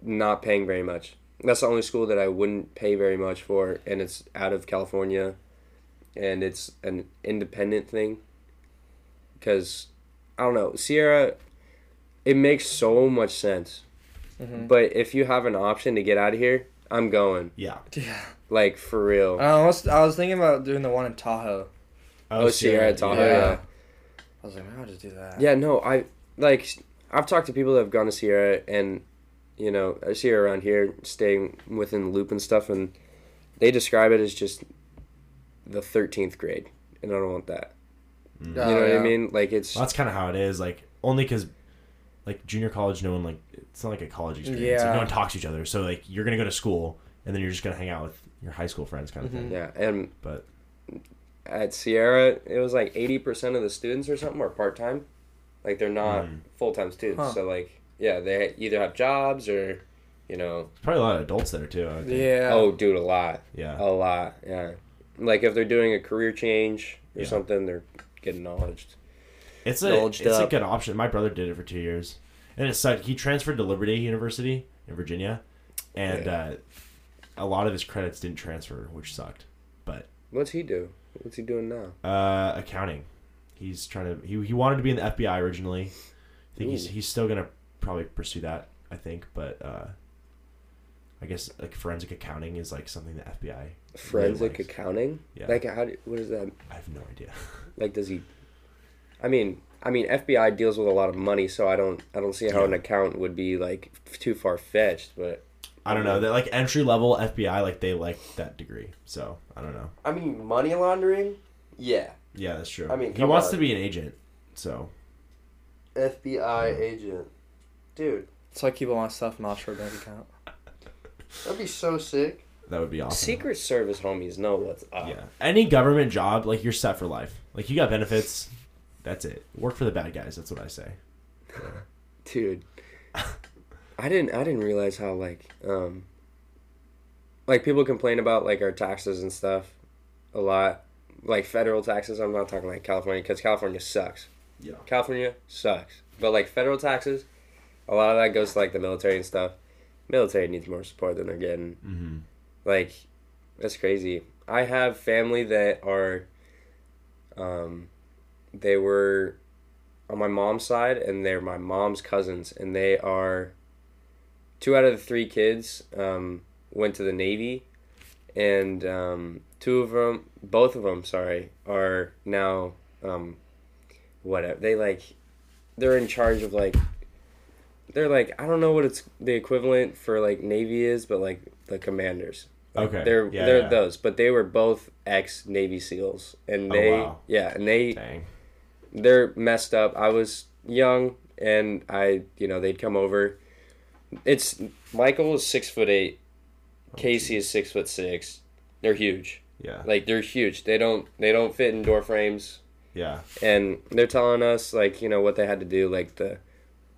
S3: not paying very much. That's the only school that I wouldn't pay very much for, and it's out of California, and it's an independent thing. Because I don't know Sierra, it makes so much sense. But if you have an option to get out of here, I'm going.
S4: Yeah.
S5: Yeah. *laughs*
S3: Like for real.
S5: I was I was thinking about doing the one in Tahoe.
S3: oh, Sierra, Tahoe.
S5: Yeah.
S3: yeah.
S5: I was like, man, I'll just do that.
S3: Yeah, no, I like I've talked to people that have gone to Sierra and you know, I see her around here staying within the loop and stuff and they describe it as just the 13th grade and I don't want that.
S5: you
S3: You know what I mean? Like it's
S4: Well, that's kind of how it is. Like only because, like junior college, no one like it's not like a college experience. Like,
S5: Yeah.
S4: no one talks to each other. So like you're gonna go to school and then you're just gonna hang out with your high school friends, kind of thing.
S3: yeah, and
S4: But
S3: at Sierra it was like 80% of the students or something are part-time. Like they're not full-time students.
S5: Hmm. Huh.
S3: So like yeah, they either have jobs or you know,
S4: there's probably a lot of adults there too. I would think.
S5: Yeah.
S3: oh dude, a lot.
S4: Yeah.
S3: A lot, yeah. Like if they're doing a career change or
S4: Yeah.
S3: something, they're getting knowledged.
S4: It's a
S3: Indulged
S4: it's a
S3: up.
S4: good option. My brother did it for two years, and it sucked. He transferred to Liberty University in Virginia, and uh, a lot of his credits didn't transfer, which sucked. But
S3: What's he do? What's he doing now?
S4: uh, accounting, he's trying to. He, he wanted to be in the FBI originally. I think he's
S3: Ooh.
S4: he's still gonna probably pursue that. I think, but uh, I guess like forensic accounting is like something the FBI really
S3: Forensic
S4: likes.
S3: accounting.
S4: Yeah.
S3: Like how? Do, what is that?
S4: I have no idea. *laughs*
S3: Like does he? I mean, I mean, FBI deals with a lot of money, so I don't, I don't see how an
S4: Yeah.
S3: account would be like f- too far fetched. But
S4: I don't know. That like entry level FBI, like they like that degree. So I don't know.
S3: I mean, money laundering. Yeah,
S4: Yeah, that's true.
S3: I mean,
S4: he
S3: come
S4: wants
S3: on.
S4: to be an agent. So
S3: FBI agent. Dude,
S5: So I keep all my stuff in an offshore bank account.
S3: that'd be so sick.
S4: That would be awesome.
S3: Secret Service homies know what's up.
S4: Yeah. Any government job, like you're set for life. Like you got benefits. That's it. Work for the bad guys. That's what I say.
S3: dude *laughs* i didn't i didn't realize how like um like people complain about like our taxes and stuff a lot like federal taxes i'm not talking like california because california sucks
S4: Yeah.
S3: california sucks but like federal taxes a lot of that goes to like the military and stuff military needs more support than they're getting
S4: Mm-hmm.
S3: like that's crazy i have family that are um they were on my mom's side and they're my mom's cousins and they are two out of the three kids um went to the navy and um two of them both of them sorry are now um whatever they like they're in charge of like they're like I don't know what it's the equivalent for like Navy is, but like the commanders. Like,
S4: Okay.
S3: They're
S4: Yeah,
S3: they're
S4: yeah.
S3: those, but they were both ex Navy SEAls, and
S4: Oh,
S3: they
S4: wow.
S3: yeah, and they
S4: Dang.
S3: they're messed up. I was young, and I you know they'd come over. It's Michael is six foot eight, Casey is six foot six. They're huge,
S4: Yeah.
S3: like they're huge. They don't they don't fit in door frames
S4: yeah.
S3: and they're telling us like you know what they had to do like the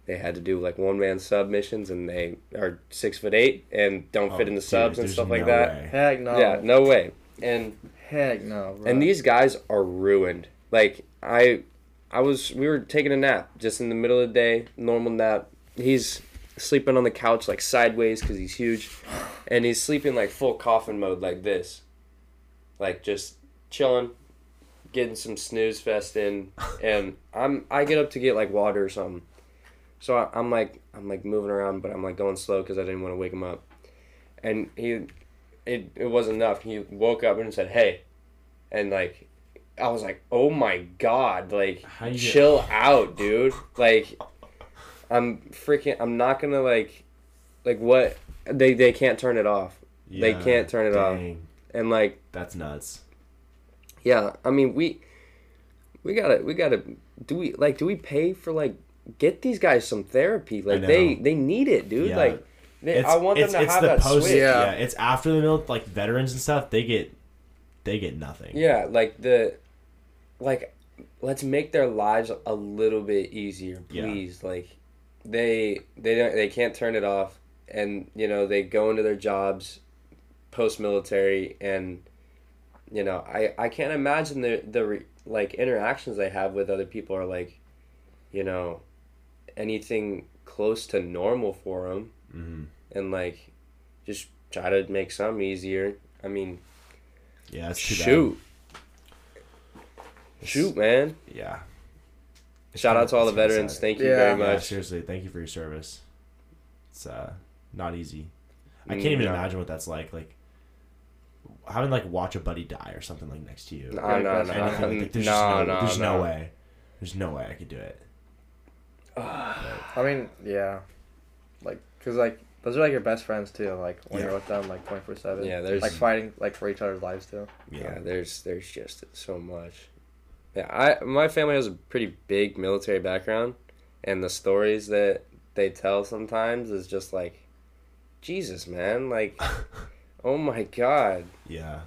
S3: they had to do like one man sub missions and they are six foot eight and don't
S4: Oh,
S3: fit in the
S4: dude,
S3: subs and
S4: there's
S3: stuff like
S4: no
S3: that
S4: way.
S5: Heck no.
S3: yeah no way and
S5: Heck no. Bro.
S3: and these guys are ruined like i i was we were taking a nap just in the middle of the day normal nap he's sleeping on the couch like sideways because he's huge and he's sleeping like full coffin mode like this like just chilling getting some snooze fest in and i'm i get up to get like water or something so I, i'm like i'm like moving around but i'm like going slow because i didn't want to wake him up and he it, it wasn't enough he woke up and said hey and like I was like, oh my god, like
S4: How you get-
S3: chill out, dude. Like I'm freaking I'm not gonna like like what they they can't turn it off. They
S4: Yeah,
S3: can't turn it off.
S4: dang,
S3: And like
S4: That's nuts.
S3: yeah, I mean we we gotta we gotta do we like do we pay for like get these guys some therapy. Like they
S4: know.
S3: they need it, dude.
S4: Yeah.
S3: Like they, I want them to have that
S4: post,
S3: switch.
S5: Yeah.
S4: Yeah. it's after the mill, like veterans and stuff. They get, they get nothing.
S3: Yeah, like the like let's make their lives a little bit easier,
S4: Yeah.
S3: please. Like they they don't they can't turn it off and you know, they go into their jobs post military and you know, I I can't imagine the the re, like interactions they have with other people are like you know anything close to normal for them
S4: Mhm.
S3: and like just try to make some easier. I mean,
S4: yeah, it's too bad.
S3: shoot. Shoot, man.
S4: Yeah.
S3: Shout out to all the
S4: It's kinda
S3: veterans.
S4: sad.
S3: Thank you
S5: Yeah.
S3: very
S4: Yeah,
S3: much.
S4: seriously, thank you for your service. It's uh, not easy. I can't even
S3: No.
S4: imagine what that's like. Like having like watch a buddy die or something like next to you.
S5: Great
S3: No, no, no,
S5: question.
S4: And you
S3: no,
S4: feel like, there's just
S3: no,
S4: no,
S3: no,
S4: there's no.
S3: no.
S4: way. There's no way I could do it.
S5: I mean, yeah, like because like those are like your best friends too. Like when
S4: Yeah.
S5: you're with them, like twenty four seven.
S3: Yeah, there's-
S5: like fighting like for each other's lives too.
S3: Yeah, there's there's just so much. Yeah, I my family has a pretty big military background, and the stories that they tell sometimes is just like, Jesus, man,
S4: *laughs*
S3: like, oh my God,
S4: Yeah.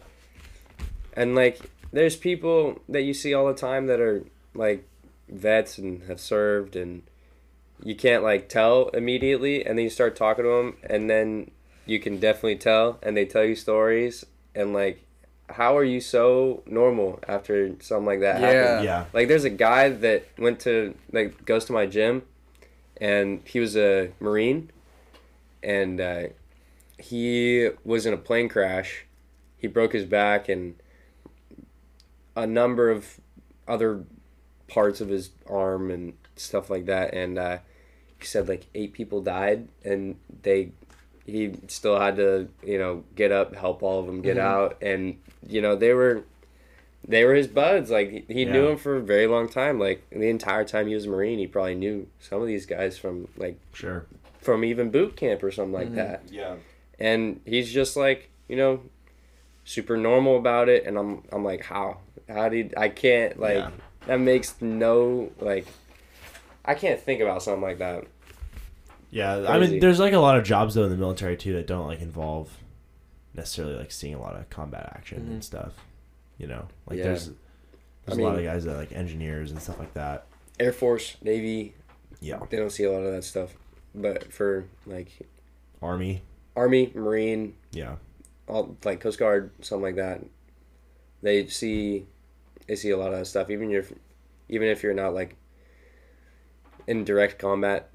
S3: and like there's people that you see all the time that are like vets and have served and you can't like tell immediately and then you start talking to them and then you can definitely tell and they tell you stories and like how are you so normal after something like that
S5: Yeah.
S3: happened?
S4: Yeah.
S3: Like there's a guy that went to like goes to my gym, and he was a marine, and uh, he was in a plane crash. He broke his back and a number of other parts of his arm and stuff like that. And uh, he said like eight people died, and they he still had to you know get up, help all of them get out, and you know they were they were his buds. Like he- he knew
S4: Yeah.
S3: him for a very long time. Like the entire time he was a marine, he probably knew some of these guys from like
S4: Sure.
S3: from even boot camp or something like that
S4: Yeah.
S3: and he's just like you know super normal about it and i'm i'm like how how did i can't like
S4: Yeah.
S3: that makes no like i can't think about something like that
S4: Yeah. I
S3: Crazy.
S4: mean, there's like a lot of jobs though in the military too that don't like involve necessarily like seeing a lot of combat action and stuff. You know, like
S3: Yeah.
S4: there's there's
S3: I
S4: a lot
S3: mean-
S4: of guys that are, like engineers and stuff like that.
S3: air force navy
S4: Yeah.
S3: they don't see a lot of that stuff but for like
S4: Army.
S3: army marine
S4: Yeah.
S3: all like coast guard something like that they see they see a lot of that stuff even if even if you're not like in direct combat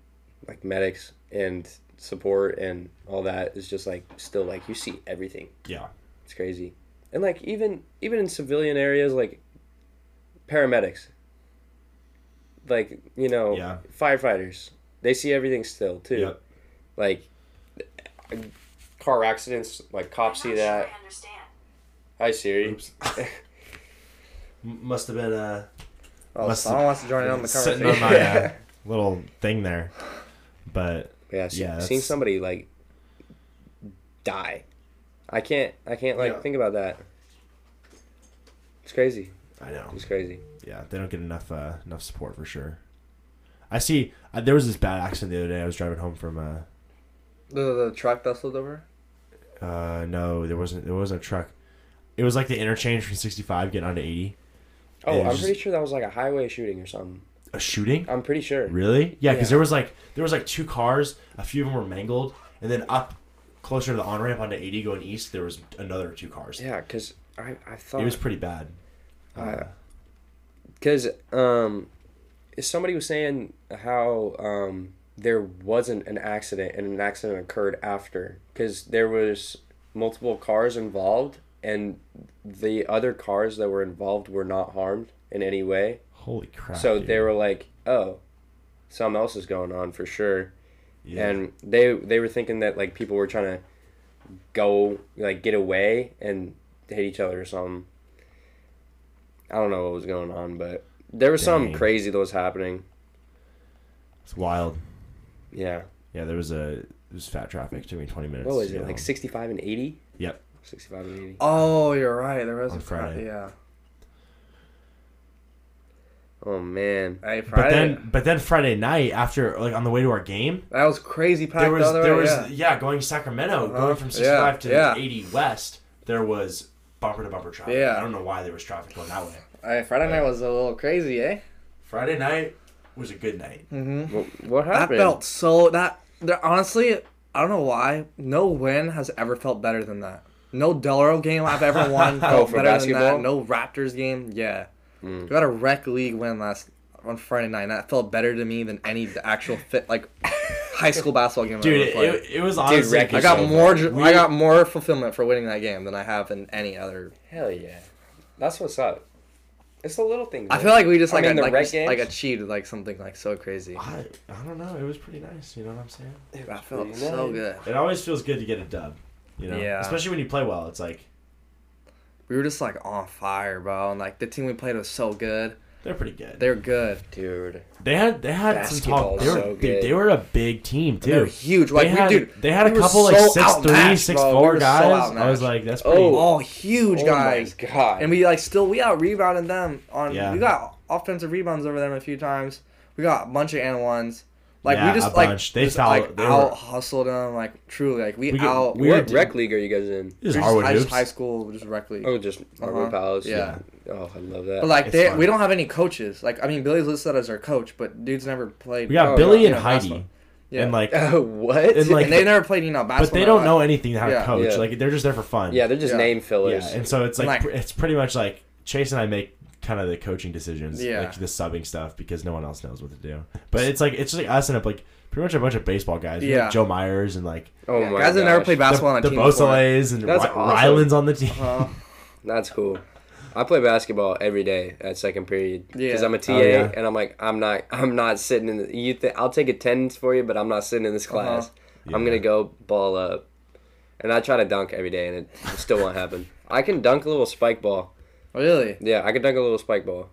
S3: like medics and support and all that is just like still like you see everything
S4: Yeah.
S3: it's crazy and like even even in civilian areas like paramedics like you know
S4: Yeah.
S3: firefighters they see everything still too
S4: Yep.
S3: like car accidents like cops see that
S6: I understand.
S3: hi siri
S4: Oops. M- Must have been uh,
S5: Oh,
S4: Must
S5: someone
S4: have-
S5: wants to join in on the
S4: *laughs* sitting
S5: conversation. *laughs*
S4: on my uh, little thing there, but
S3: Yeah, see,
S4: Yeah, that's-
S3: seeing somebody like die, I can't. I can't like
S5: Yeah.
S3: think about that. It's crazy.
S4: I know.
S3: It's crazy.
S4: Yeah, they don't get enough uh, enough support for sure. I see. Uh, there was this bad accident the other day. I was driving home from uh,
S5: the, the truck that slid over.
S4: Uh, no, there wasn't. There wasn't a truck. It was like the interchange from 65 getting onto 80.
S3: Oh,
S4: Yeah,
S3: I'm
S4: it's
S3: pretty
S4: just-
S3: sure that was like a highway shooting or something.
S4: A shooting?
S3: I'm pretty sure.
S4: Really? Yeah, because
S3: Yeah.
S4: there was like there was like two cars. A few of them were mangled, and then up closer to the on ramp onto 80 going east, there was another two cars.
S3: Yeah, cause I I
S4: It was
S3: thought
S4: pretty bad. Uh,
S3: because um, somebody was saying how um there wasn't an accident and an accident occurred after because there was multiple cars involved and the other cars that were involved were not harmed in any way
S4: holy crap!
S3: So
S4: dude.
S3: they were like, "Oh, something else is going on for sure,"
S4: Yeah.
S3: and they they were thinking that like people were trying to go like get away and hit each other or something. I don't know what was going on, but there was something
S4: Dang.
S3: crazy that was happening.
S4: It's wild.
S3: Yeah.
S4: Yeah, there was a it was fat traffic. Took me twenty minutes.
S3: What was
S4: to
S3: it?
S4: get
S3: Like
S4: home.
S3: 65 and 80?
S4: Yep.
S3: 65 and 80.
S5: Oh, you're right. There was
S4: On
S5: a Friday.
S4: Friday.
S5: Yeah.
S3: Oh, man.
S5: Hey,
S4: But
S5: Friday.
S4: then, but then Friday night after, like on the way to our game,
S5: that was crazy packed.
S4: there was
S5: the other
S4: there
S5: way,
S4: was
S5: yeah.
S4: yeah, going to Sacramento,
S5: Uh-huh.
S4: going from
S5: Yeah,
S4: sixty five to
S5: yeah.
S4: eighty west. There was bumper to bumper traffic.
S5: Yeah.
S4: I don't know why there was traffic going that way.
S5: Hey, Friday night was a little crazy, eh?
S4: Friday night was a good night.
S3: What, what
S5: That
S3: happened?
S5: felt so that there honestly, I don't know why. No win has ever felt better than that. No Delro game I've
S4: *laughs*
S5: ever won felt
S3: Oh, for
S5: better
S3: basketball? Mm.
S5: than that. No Raptors game, yeah. We got a rec league win last on Friday night. and That felt better to me than any actual fit
S3: *laughs*
S5: like high school basketball game I've ever
S4: Dude, it,
S5: played.
S4: it, it was honestly.
S3: wreck
S5: I
S3: is
S5: got
S3: so
S5: more. ju-
S4: We-
S5: I got more fulfillment for winning that game than I have in any other.
S3: Hell yeah. That's what's up. It's the little things.
S5: I
S3: man.
S5: feel like we just
S3: I
S5: like
S3: mean,
S5: a-
S3: the
S5: like,
S3: rec
S5: just, like
S3: games?
S5: achieved like something like so crazy.
S4: I, I don't know. It was pretty nice. You know what I'm saying?
S5: That felt
S3: pretty
S5: so
S3: nice.
S5: good.
S4: It always feels good to get a dub. You know,
S5: Yeah.
S4: especially when you play well. It's like
S5: We were just like on fire, bro. And like the team we played was so good.
S4: they're pretty good.
S5: They're good.
S3: Dude.
S4: They had they had some
S3: Basketball
S4: talk. They
S3: is
S4: were
S3: so
S4: dude,
S3: good.
S4: they were a big team too.
S5: They're huge. Like
S4: they
S5: we,
S4: had,
S5: dude,
S4: they had a
S5: we were
S4: couple like
S5: so
S4: six three,
S5: outmatched,
S4: six
S5: bro. We
S4: four
S5: were so
S4: guys. I was
S5: outmatched.
S4: like, that's
S3: Oh.
S4: pretty.
S5: oh huge
S3: oh
S5: guys.
S3: My God.
S5: And we like still we out rebounded them on.
S4: Yeah.
S5: We got offensive rebounds over them a few times. We got a bunch of and ones. Like
S4: Yeah,
S5: we just
S4: a
S5: like
S4: bunch. They
S5: just,
S4: foul-
S5: like
S4: they were-
S5: out hustled them. Like truly, like we,
S4: We get-
S5: out.
S4: we
S5: we're
S4: were
S3: what rec league are you guys in?
S4: This is
S5: just,
S4: Harwood
S5: high, just
S4: hoops.
S5: high school, just rec league.
S3: Oh, just Harwood
S5: Uh-huh.
S3: Palace.
S5: Yeah.
S3: Oh, I love that.
S5: But like
S4: It's
S5: they,
S4: fun.
S5: we don't have any coaches. Like I mean, Billy's listed as our coach, but dude's never played.
S4: We got
S3: Oh,
S4: Billy
S5: yeah,
S4: and
S5: yeah, that's
S4: Heidi,
S5: fun. Yeah.
S4: and
S5: *laughs*
S4: like,
S3: what?
S4: And, like-
S5: and they never played you know basketball.
S4: but they
S5: in
S4: don't
S5: their
S4: know
S5: life.
S4: anything how to
S5: Yeah.
S4: coach.
S3: Yeah.
S4: Like they're just there for fun.
S3: yeah, they're just
S5: Yeah.
S3: name
S4: yeah.
S3: fillers.
S4: And so it's like,
S5: Like-
S4: pr- it's pretty much like Chase and I make kind of the coaching decisions,
S5: Yeah.
S4: like the subbing stuff because no one else knows what to do. But it's like it's just like us and like pretty much a bunch of baseball guys. We have
S5: Yeah.
S4: Joe Myers and like
S3: oh
S5: Yeah,
S3: my
S5: guys that never
S3: gosh.
S5: played basketball
S4: the,
S5: on a
S4: the
S5: team. before.
S4: Bosales and
S3: That's
S4: Ry-
S3: awesome.
S4: Ryland's on the team.
S5: Uh,
S3: That's cool. I play basketball every day at second period because
S5: Yeah.
S3: I'm a TA
S4: Oh, yeah.
S3: and I'm like I'm not *laughs* I'm not sitting in the, you th- I'll take attendance for you but I'm not sitting in this
S5: Uh-huh.
S3: class I'm
S4: Yeah.
S3: gonna go ball up and I try to dunk every day and it still won't happen I can dunk a little spike ball
S5: really?
S3: yeah I can dunk a little spike ball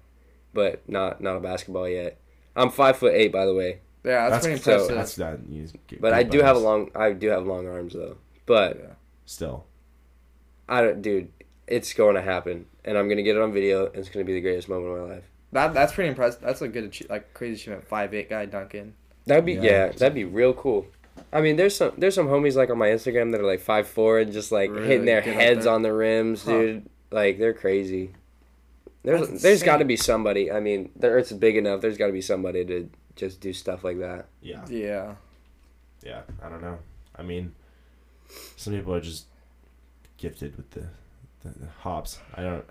S3: but not not a basketball yet I'm five foot eight by the way
S5: Yeah, that's,
S4: That's
S5: pretty
S3: so-
S5: impressive.
S4: That's that. you get
S3: but
S4: good
S3: I do have a
S4: bonus.
S3: long I do have long arms though but
S4: Still,
S3: I don't dude it's going to happen and I'm gonna get it on video and it's gonna be the greatest moment of my life.
S5: that that's pretty impressive. That's a good achieve, like crazy achievement. Five eight guy dunking.
S3: That'd be yeah.
S4: Yeah.
S3: that'd be real cool. I mean, there's some there's some homies like on my Instagram that are like five four and just like hitting
S5: Really
S3: their
S5: get up
S3: heads
S5: there.
S3: on the rims,
S5: Huh.
S3: dude. Like they're crazy. There's
S5: That's
S3: there's
S5: insane.
S3: got to be somebody. I mean, the Earth's big enough. There's got to be somebody to just do stuff like that.
S4: yeah,
S5: Yeah.
S4: yeah. I don't know. I mean, some people are just gifted with the, the, the hops. I don't.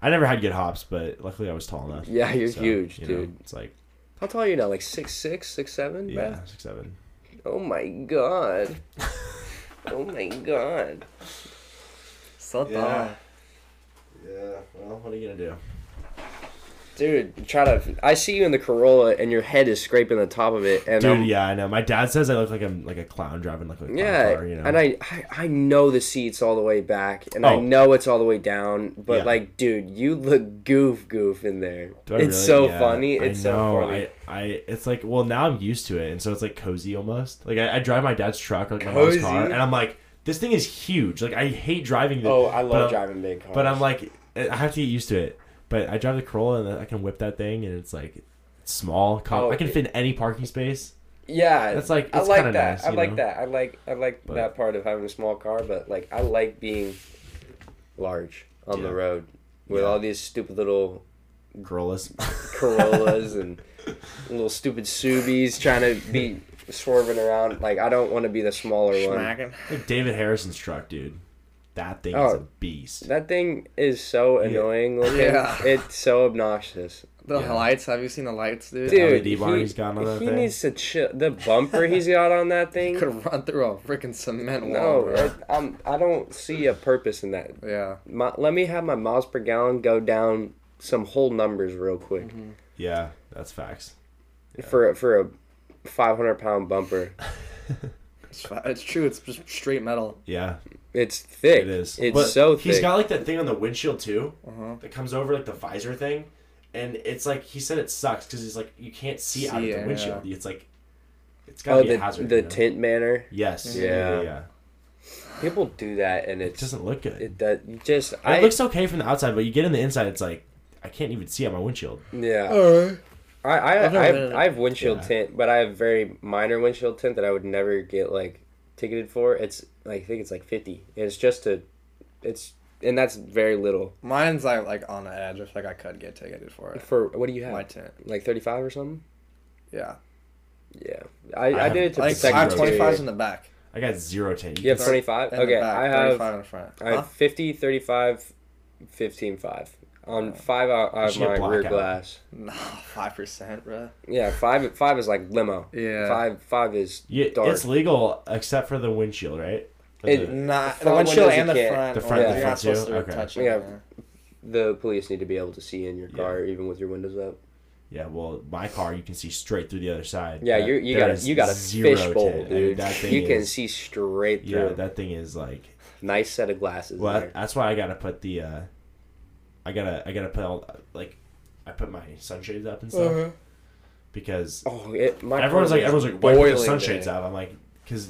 S4: I never had good hops, but luckily I was tall enough.
S3: Yeah, you're huge,
S4: you know,
S3: dude.
S4: it's like
S3: How tall are you now? Like six six, six seven?
S4: yeah,
S3: Yeah.
S4: six seven.
S3: Oh my god. oh my god.
S5: So
S4: Yeah.
S5: dumb.
S4: Yeah. Well, what are you gonna do?
S3: Dude, try to. I see you in the Corolla, and your head is scraping the top of it. And
S4: Dude,
S3: I'm-
S4: yeah, I know. My dad says I look like I'm like a clown driving like a clown
S3: Yeah,
S4: car. You know.
S3: and I, I I know the seat's all the way back, and I
S4: Oh.
S3: know it's all the way down, but
S4: Yeah.
S3: like, dude, you look goof goof in there.
S4: Do I
S3: it's
S4: really?
S3: so
S4: Yeah,
S3: funny.
S4: I
S3: It's so
S4: know.
S3: funny.
S4: I, I, it's like, well, now I'm used to it, and so it's like cozy almost. Like I, I drive my dad's truck, like my
S3: Cozy?
S4: mom's car, and I'm like, this thing is huge. Like I hate driving. The,
S3: oh, I
S4: but
S3: love
S4: I'm-
S3: driving big cars.
S4: But I'm like, eh, I have to get used to it. But I drive the Corolla, and I can whip that thing, and it's like it's small. Com-
S3: Oh,
S4: I can
S3: it-
S4: fit in any parking space.
S3: yeah,
S4: That's like-
S3: I
S4: it's
S3: like
S4: kinda
S3: that.
S4: nice,
S3: I
S4: you
S3: like
S4: know?
S3: that. I like I like
S4: But-
S3: that part of having a small car, but like I like being large on the
S4: Yeah.
S3: road with
S4: Yeah.
S3: all these stupid little
S4: *laughs* Corollas.
S3: Corollas and little stupid Subies trying to be swerving around. Like I don't want to be the smaller one.
S5: Smacking.
S4: *laughs* like David Harrison's truck, dude. That thing is a
S3: Oh.
S4: beast.
S3: That thing is so annoying looking.
S5: Yeah.
S3: It's so obnoxious.
S5: The
S4: Yeah.
S5: lights. Have you seen the lights, dude?
S3: Dude,
S4: LED bar
S3: he,
S4: he's got on that
S3: he
S4: thing.
S3: needs to chill. The bumper he's got on
S4: *laughs*
S3: that
S5: *laughs*
S3: thing.
S5: Could run through a freaking cement wall.
S3: No,
S5: bro.
S3: it, I'm, I don't see a purpose in that.
S5: Yeah.
S3: My, let me have my miles per gallon go down some whole numbers real quick
S4: Mm-hmm. Yeah, that's facts.
S3: for for a 500 pound bumper.
S5: It's, fa- it's true. It's just straight metal.
S4: Yeah,
S3: It's thick.
S4: It is.
S3: It's
S4: But
S3: so thick.
S4: He's got like that thing on the windshield too,
S5: Uh-huh.
S4: that comes over like the visor thing, and it's like he said it sucks because he's like you can't see, out of
S5: See,
S4: the
S5: yeah.
S4: windshield. It's like it's gotta
S3: oh,
S4: be
S3: the
S4: a hazard.
S3: the
S4: you know?
S3: tint banner.
S4: Yes.
S3: Yeah. People do that, and
S4: It
S3: it's
S4: doesn't look good. It,
S3: it does just I
S4: looks okay from the outside, but you get in the inside, it's like I can't even see out my windshield.
S3: yeah.
S5: Alright.
S3: I I
S5: I've never
S3: I
S5: been in
S3: have,
S5: it.
S3: I have windshield
S4: Yeah.
S3: tint, but I have very minor windshield tint that I would never get like ticketed for. It's like I think it's like fifty. It's just a, it's and that's very little
S5: Mine's like like on the edge. I feel like I could get ticketed for it.
S3: for what do you have?
S5: My tent.
S3: Like thirty five or something.
S5: Yeah.
S3: Yeah, I, I,
S4: I
S3: did it to
S5: Like
S3: protect
S5: I have
S3: the
S5: twenty
S3: interior.
S5: fives in the back.
S4: I got zero tint.
S3: You have
S4: can-
S3: twenty five.
S5: In the
S3: Okay,
S5: back,
S3: I have
S5: 35 in the front.
S3: I have 50, 35, 15, 5. On five out out of
S4: should
S3: my
S4: get
S3: rear
S4: blackout.
S3: glass.
S5: Nah, five percent, bro.
S3: Yeah, five five is like limo.
S5: Yeah.
S3: Five five is
S4: Yeah,
S3: dark.
S4: it's legal except for the windshield, right? Or
S3: It-
S4: the-
S5: Nah,
S3: front
S5: the windshield
S3: windows you
S5: and the
S3: can't-
S5: front.
S4: The front
S5: oh,
S3: and the
S5: you're not
S4: front too?
S5: supposed to
S4: Okay.
S5: touch
S3: Yeah.
S5: it. Yeah.
S3: the police need to be able to see in your car even with your windows up.
S4: yeah, well, my car you can see straight through the other side.
S3: Yeah,
S4: That-
S3: you you
S4: there
S3: got a,
S4: is
S3: you got a
S4: zero
S3: fishbowl,
S4: tint. I mean,
S3: dude.
S4: that thing
S3: you can
S4: is-
S3: see straight
S4: Yeah,
S3: through.
S4: that thing is like.
S3: nice set of glasses
S4: Well,
S3: there.
S4: that- that's why I gotta put the. uh I gotta I gotta put all like, I put my sunshades up and stuff because
S3: Oh, it, my
S4: everyone's
S3: car
S4: like
S3: is
S4: everyone's like why put the
S3: boiling
S4: sunshades
S3: there.
S4: up? I'm like because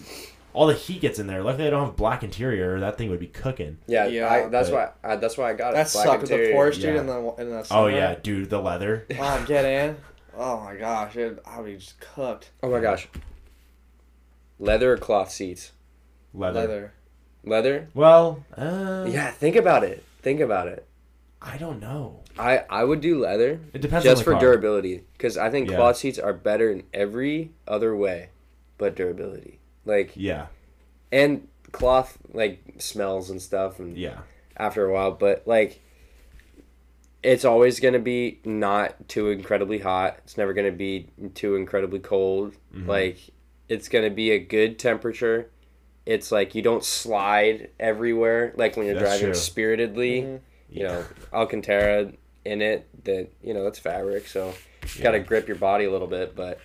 S4: all the heat gets in there. Luckily, I don't have black interior. or That thing would be cooking.
S3: Yeah,
S5: Yeah,
S3: I, that's
S4: but-
S3: why I, that's why I got it.
S5: That
S3: black
S5: sucked with the
S3: interior.
S5: Porsche dude
S4: Yeah.
S5: in the in the.
S4: Oh
S5: summer.
S4: yeah, dude, the
S3: *laughs*
S4: leather.
S5: Oh, get in. Oh my gosh, dude, I'll be just cooked.
S3: Oh my gosh. Leather or cloth seats?
S4: Leather.
S5: Leather.
S3: Leather?
S4: Well, uh,
S3: Yeah, think about it. Think about it.
S4: I don't know.
S3: I, I would do leather
S4: It depends on
S3: just
S4: the
S3: for
S4: car.
S3: durability because I think
S4: Yeah.
S3: cloth seats are better in every other way, but durability. Like
S4: Yeah,
S3: and cloth like smells and stuff and
S4: yeah,
S3: after a while, but like it's always gonna be not too incredibly hot. It's never gonna be too incredibly cold.
S4: Mm-hmm.
S3: Like it's gonna be a good temperature. It's like you don't slide everywhere like when you're
S4: That's
S3: driving
S4: true.
S3: spiritedly. You know, Alcantara in it that you know that's fabric, so you gotta
S4: Yeah.
S3: grip your body a little bit. But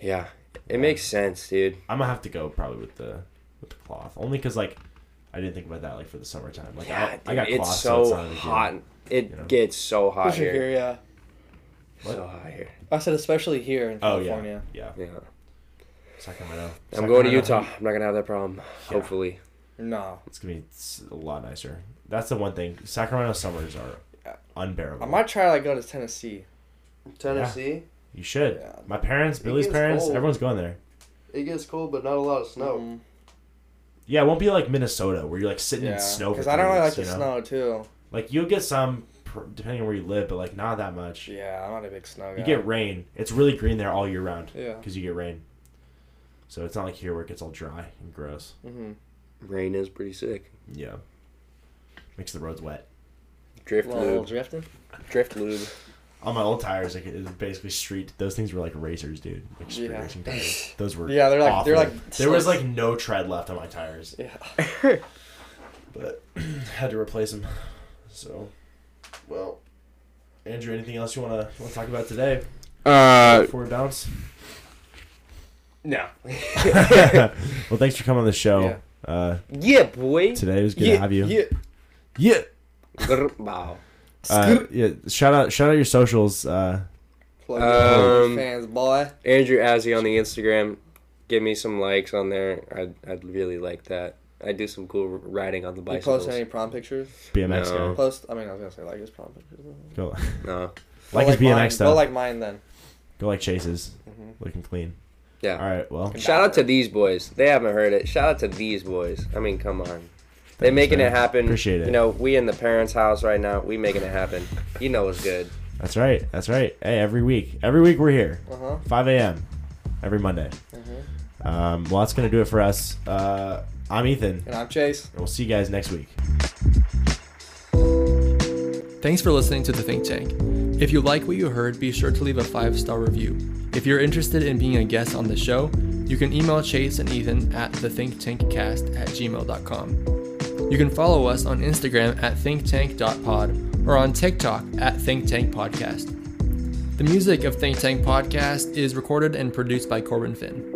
S3: yeah, it makes sense, dude.
S4: I'm gonna have to go probably with the with the cloth only because like I didn't think about that like for the summertime. Like
S3: Yeah,
S4: I, I got
S3: dude,
S4: cloth,
S3: it's
S4: so,
S3: so
S4: it's not a big deal.
S3: hot. It
S4: you know?
S3: gets so hot
S5: Especially here,
S3: here.
S5: yeah.
S3: So hot here.
S5: I said especially here in
S4: Oh
S5: California.
S4: yeah, yeah.
S3: Yeah.
S4: Sacramento.
S3: I'm going to
S4: Sacramento.
S3: Utah. I'm not gonna have that problem. Hopefully.
S5: No,
S4: It's gonna be s- a lot nicer. That's the one thing. Sacramento summers are unbearable.
S5: I might try to like go to Tennessee.
S4: Tennessee? you should.
S5: Yeah.
S4: My parents, Billy's
S3: gets
S4: parents,
S3: cold.
S4: everyone's going there.
S3: It gets cold, but not a lot of snow.
S5: Mhm.
S4: Yeah, it won't be like Minnesota where you're like sitting
S5: Yeah,
S4: in snow.
S5: because
S4: for
S5: I don't
S4: three
S5: really like
S4: weeks,
S5: the
S4: you know?
S5: snow too.
S4: Like you'll get some pr- depending on where you live, but like not that much.
S5: Yeah, I'm not a big snow guy.
S4: You get rain. It's really green there all year round.
S5: Yeah.
S4: Because you get rain. So it's not like here where it gets all dry and gross.
S5: hmm
S3: Rain is pretty sick.
S4: Yeah. Makes the roads wet.
S3: Drift
S5: Little
S3: lube.
S5: drifting.
S3: Drift lube.
S4: On my old tires, like it was basically street. Those things were like racers, dude. Like street
S5: Yeah.
S4: racing tires. Those were
S5: *laughs* Yeah, they're like- they're
S4: awful.
S5: like
S4: there was
S5: slicks.
S4: like no tread left on my tires,
S5: Yeah. *laughs*
S4: *laughs* but *clears throat* had to replace them. So, well, Andrew, anything else you wanna want to talk about today
S3: Uh,
S4: before we bounce?
S5: *laughs*
S3: no.
S4: *laughs* well, thanks for coming on the show. Uh,
S3: Yeah, boy.
S4: today it was good to have you. Uh,
S5: Yeah.
S4: yeah.
S3: Grr, Wow.
S4: Uh, yeah, shout out, shout out your socials. Uh,
S5: Plug um,
S3: Um,
S5: fans, boy.
S3: Andrew Azzi on the Instagram. Give me some likes on there. I'd, I'd really like that. I do some cool riding on the
S5: You post
S3: bicycles.
S5: any prom pictures?
S4: BMX
S3: No.
S4: guy.
S5: Post. I mean, I was gonna say like his prom pictures.
S4: Go, *laughs* like,
S3: No.
S5: Go
S4: his BMX
S5: mine.
S4: stuff.
S5: Go like Mm-hmm. mine then.
S4: Go like Chase's, looking clean.
S3: Yeah.
S4: All right. Well,
S3: Shout out to these boys. They haven't heard it. Shout out to these boys. I mean, come on. They making
S4: man.
S3: it happen.
S4: Appreciate it.
S3: You know, we in the parents' house right now. We making it happen. You know it's good.
S4: that's right. That's right. Hey, every week, every week we're here,
S5: Uh huh.
S4: 5 a.m. every Monday. Um, well, that's gonna do it for us. Uh, I'm Ethan, and
S5: And I'm Chase.
S4: we'll see you guys next week.
S2: Thanks for listening to The Think Tank. If you like what you heard, be sure to leave a five star review. If you're interested in being a guest on the show, you can email Chase and Ethan at thethinktankcast at gmail.com. You can follow us on Instagram at thinktank.pod or on TikTok at thinktankpodcast. The music of Think Tank Podcast is recorded and produced by Corbin Finn.